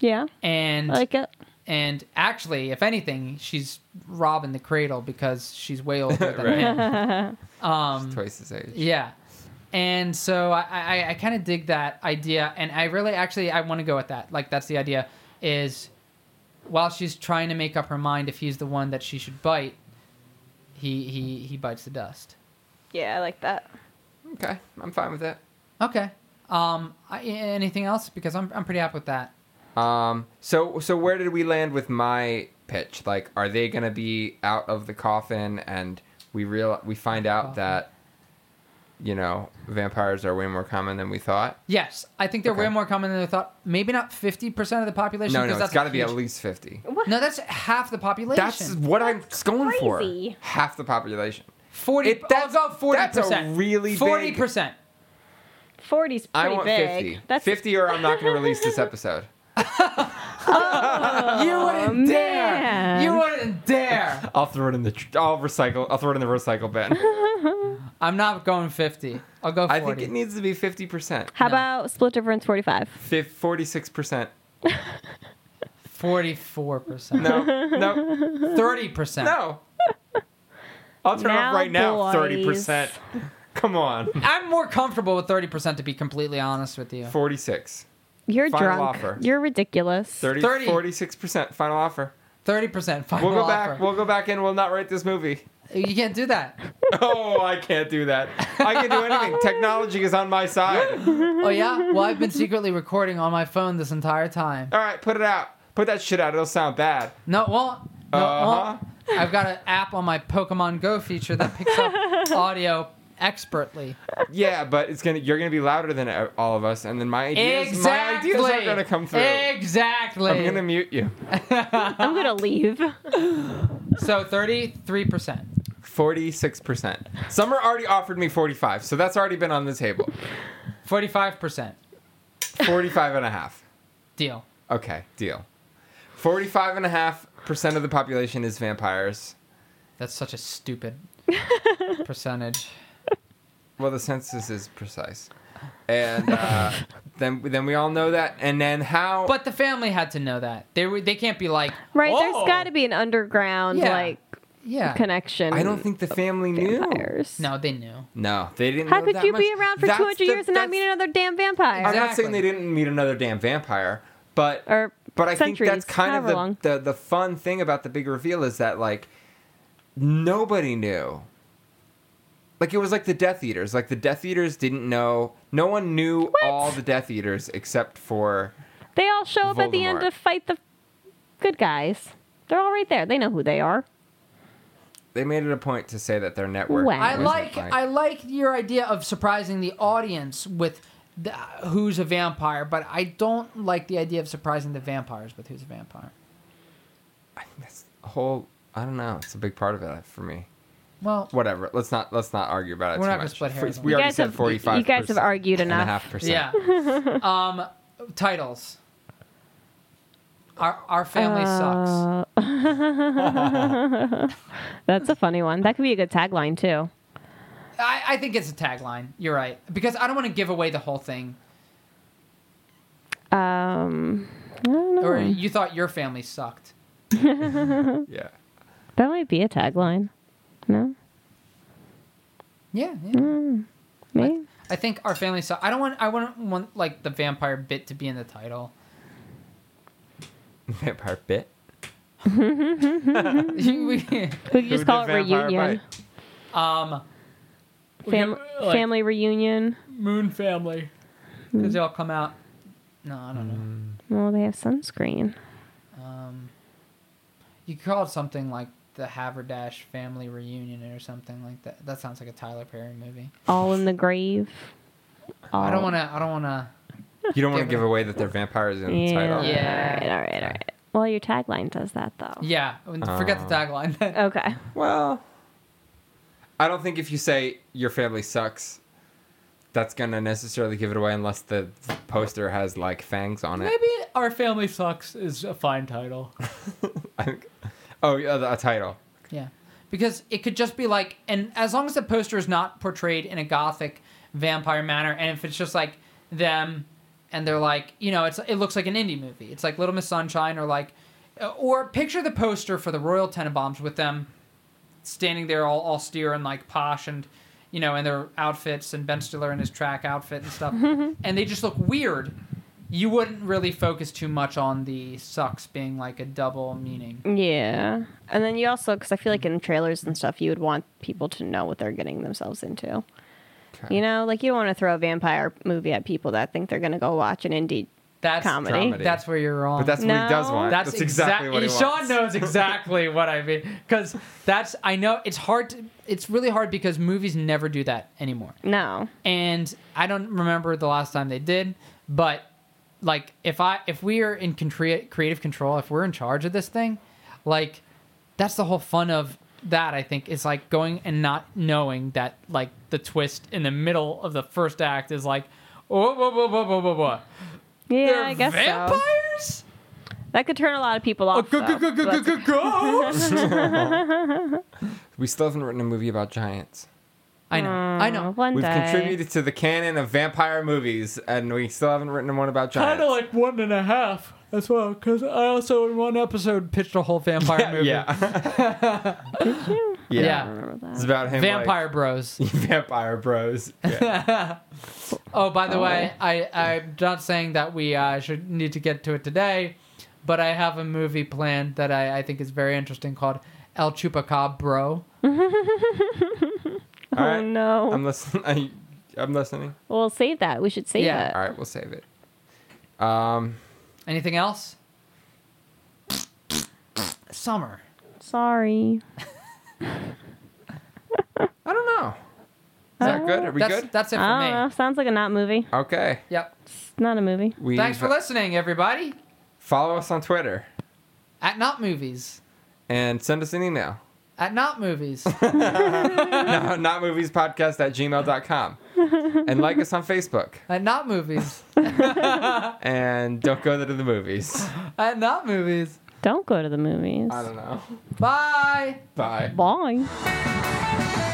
S2: Yeah,
S3: And
S2: I like it.
S3: and actually, if anything, she's robbing the cradle because she's way older than him. Um,
S1: twice his age.
S3: yeah. And so I, I, I kind of dig that idea, and I really actually I want to go with that. Like that's the idea is while she's trying to make up her mind if he's the one that she should bite, he he he bites the dust.
S2: Yeah, I like that.
S1: Okay, I'm fine with that.
S3: Okay. Um. I, anything else? Because I'm I'm pretty happy with that.
S1: Um. So so where did we land with my pitch? Like, are they gonna be out of the coffin and we real we find out
S3: Coffin.
S1: that you know vampires are way more common than we thought?
S3: Yes, I think they're
S1: Okay.
S3: way more common than I thought. Maybe not fifty percent of the population.
S1: No,
S3: 'cause
S1: no,
S3: that's
S1: it's got to be
S3: huge-
S1: at least fifty.
S2: What?
S3: No, that's half the population.
S1: That's what I'm going
S2: crazy.
S1: for. Half the population.
S3: forty.
S1: It- that's-
S3: I'll go forty
S1: that's a
S3: percent.
S1: really big-
S3: forty percent.
S2: 40's
S1: I
S2: pretty
S1: want
S2: big.
S1: 50.
S2: That's
S1: 50 or I'm not going to release this episode.
S3: you wouldn't dare.
S2: man.
S3: You wouldn't dare.
S1: I'll throw it in the tr- I'll recycle I'll throw it in the recycle bin.
S3: I'm not going 50. I'll go 40.
S1: I think it needs to be 50%.
S2: How
S3: No.
S2: about split difference 45?
S1: Fif- 46%.
S3: 44%.
S1: No. No.
S3: 30%.
S1: No. I'll turn
S2: Now,
S1: up right now
S2: boys.
S1: 30%. Come on.
S3: I'm more comfortable with 30% to be completely honest with you.
S1: 46.
S2: You're
S1: Final
S2: drunk.
S1: offer.
S2: You're ridiculous.
S1: 30,
S3: 30.
S1: 46% final offer.
S3: 30% final
S1: We'll go back.
S3: offer.
S1: We'll go back and we'll not write this movie.
S3: You can't do that.
S1: Oh, I can't do that. I can do anything. Technology is on my side.
S3: Oh yeah? Well, I've been secretly recording on my phone this entire time.
S1: All right, put it out. Put that shit out. It'll sound bad.
S3: No, it won't. No, it won't.
S1: Uh-huh.
S3: I've got an app on my Pokemon Go feature that picks up audio expertly.
S1: Yeah, but it's gonna. You're gonna be louder than e-, all of us, and then my ideas,
S3: Exactly.
S1: my ideas are gonna come through.
S3: Exactly.
S1: I'm gonna mute you.
S2: I'm going to leave.
S3: So 33%.
S1: Forty-six percent. Summer already offered me forty-five, so that's already been on the table.
S3: 45%.
S1: Forty-five and a half.
S3: Deal.
S1: Okay, deal. Forty-five and a half percent of the population is vampires.
S3: That's such a stupid percentage.
S1: Well, the census is precise, and uh, then then we all know that. And then how?
S3: But the family had to know that. They were, they can't be like,
S2: Right?
S3: "Oh."
S2: There's got to be an underground
S3: Yeah.
S2: like
S3: Yeah.
S2: connection.
S1: I don't think the family knew.
S2: vampires.
S3: No, they knew.
S1: No, they didn't.
S2: How
S1: know
S2: could
S1: that
S2: you
S1: much.
S2: be around for
S1: That's
S2: 200
S1: the-
S2: years and
S1: that's-
S2: not meet another damn vampire?
S1: I'm not saying
S3: Exactly.
S1: they didn't meet another damn vampire, but
S2: Or
S1: but I think
S2: centuries,
S1: that's kind of
S2: however long.
S1: the, the the fun thing about the big reveal is that like nobody knew. Like it was like the Death Eaters. Like the Death Eaters didn't know. No one knew all the Death Eaters except for
S2: They all show up at the end
S1: Voldemort.
S2: to fight the good guys. They're all right there. They know who they are.
S1: they made it a point to say that their network.
S2: Wow.
S3: I
S1: wasn't,
S3: like I like your idea of surprising the audience with the, who's a vampire, but I don't like the idea of surprising the vampires with who's a vampire.
S1: I think that's a whole. I don't know. It's a big part of it for me.
S3: Well,
S1: Whatever. Let's not let's not argue about it.
S3: We're
S1: too
S3: not gonna
S1: much.
S3: split hairs on
S1: We
S2: You
S1: already
S2: guys
S1: said
S2: have-
S1: forty five.
S2: you guys have argued
S1: And a
S2: enough.
S1: half percent.
S3: yeah. um, titles. Our our family
S2: Uh,
S3: sucks.
S2: That's a funny one. That could be a good tagline too.
S3: I, I think it's a tagline. You're right because I don't want to give away the whole thing.
S2: Um, I don't know.
S3: Or you thought your family sucked.
S1: Yeah.
S2: that might be a tagline. No,
S3: Yeah. yeah.
S2: Mm. maybe.
S3: I think our family sucks. I don't want. I wouldn't want like the vampire bit to be in the title.
S1: Vampire bit.
S3: We-
S2: We could just call it reunion.
S3: um.
S2: Fam-
S3: like-
S2: family reunion.
S3: Moon Family.
S2: Mm.
S3: Because they all come out. No, I don't
S2: Well, they have sunscreen.
S3: know. Um, you could call it something like the Haverdash Family Reunion or something like that. That sounds like a Tyler Perry movie.
S2: All in the grave.
S3: I
S2: All-
S3: don't want to. I don't want to.
S1: You don't want to
S3: Give
S1: give
S3: it-
S1: away that they're vampires in the
S2: Yeah.
S1: title.
S3: Yeah.
S2: All right. All right. All right. Well, your tagline does that though.
S3: Yeah, forget the tagline. then.
S2: Okay.
S1: Well, I don't think if you say your family sucks, that's gonna necessarily give it away unless the poster has like fangs on it.
S3: Maybe our family sucks is a fine title.
S1: I think. Oh, yeah, the- a title.
S3: Yeah, because it could just be like, and as long as the poster is not portrayed in a gothic vampire manner, and if it's just like them, and they're like, you know, it's it looks like an indie movie. It's like Little Miss Sunshine, or like, uh, or picture the poster for the Royal Tenenbaums with them standing there all austere and like posh and. You know, in their outfits and Ben Stiller in his track outfit and stuff, and they just look weird. You wouldn't really focus too much on the sucks being like a double meaning.
S2: Yeah. And then you also, because I feel like in trailers and stuff, you would want people to know what they're getting themselves into.
S1: Okay.
S2: You know, like you don't want to throw a vampire movie at people that think they're going to go watch an indie.
S3: That's
S2: Comedy. Comedy.
S3: That's where you're wrong.
S1: But that's what he does
S2: No.
S1: want. That's,
S3: That's,
S1: exactly
S3: exact-
S1: what he
S3: Sean
S1: wants.
S3: knows exactly what I mean because that's I know it's hard. To, it's really hard because movies never do that anymore,
S2: No.
S3: and I don't remember the last time they did. But like, if I if we are in con- crea- creative control, if we're in charge of this thing, like that's the whole fun of that. I think is like going and not knowing that like the twist in the middle of the first act is like. Whoa, whoa, whoa, whoa, whoa, whoa, whoa.
S2: Yeah,
S3: They're
S2: I guess so.
S3: vampires?
S2: That could turn a lot of people
S1: Oh,
S2: off.
S3: Go,
S2: though.
S3: go, go,
S2: That's-
S3: go, go, go.
S1: We still haven't written a movie about giants.
S3: I know. I know.
S2: Mm, One
S1: We've
S2: day.
S1: contributed to the canon of vampire movies, and we still haven't written one about giants.
S3: Kind of like one and a half as well, because I also in one episode pitched a whole vampire movie.
S1: Yeah.
S3: Yeah.
S2: I remember
S1: It's
S2: that.
S1: about him. like-
S3: Vampire Bros.
S1: vampire Bros. Yeah.
S3: Oh, by the way, I, I'm not saying that we uh, should need to get to it today, but I have a movie planned that I, I think is very interesting called El
S1: All
S3: Chupacabro.
S2: Oh
S1: right. Um,
S2: no.
S1: I'm listening. I, I'm listening.
S2: we'll save that. We should save
S3: Yeah.
S2: it.
S1: All right, we'll save it. Um,
S3: Anything else? Summer.
S2: Sorry.
S1: I don't know. Is that good? Are we
S3: that's,
S1: good?
S3: That's it for
S2: I don't know.
S3: me.
S2: Uh,
S3: Ah.
S2: Sounds like a not movie.
S1: Okay.
S3: Yep.
S2: It's not a movie.
S1: We
S3: Thanks for listening, everybody.
S1: Follow us on Twitter
S3: At Not Movies.
S1: and send us an email.
S3: At Not Movies.
S1: no, not movies podcast at gmail.com. And like us on Facebook.
S3: At Not Movies.
S1: And don't go to the movies.
S3: At Not Movies.
S2: Don't go to the movies.
S1: I don't know.
S3: Bye.
S1: Bye.
S2: Bye.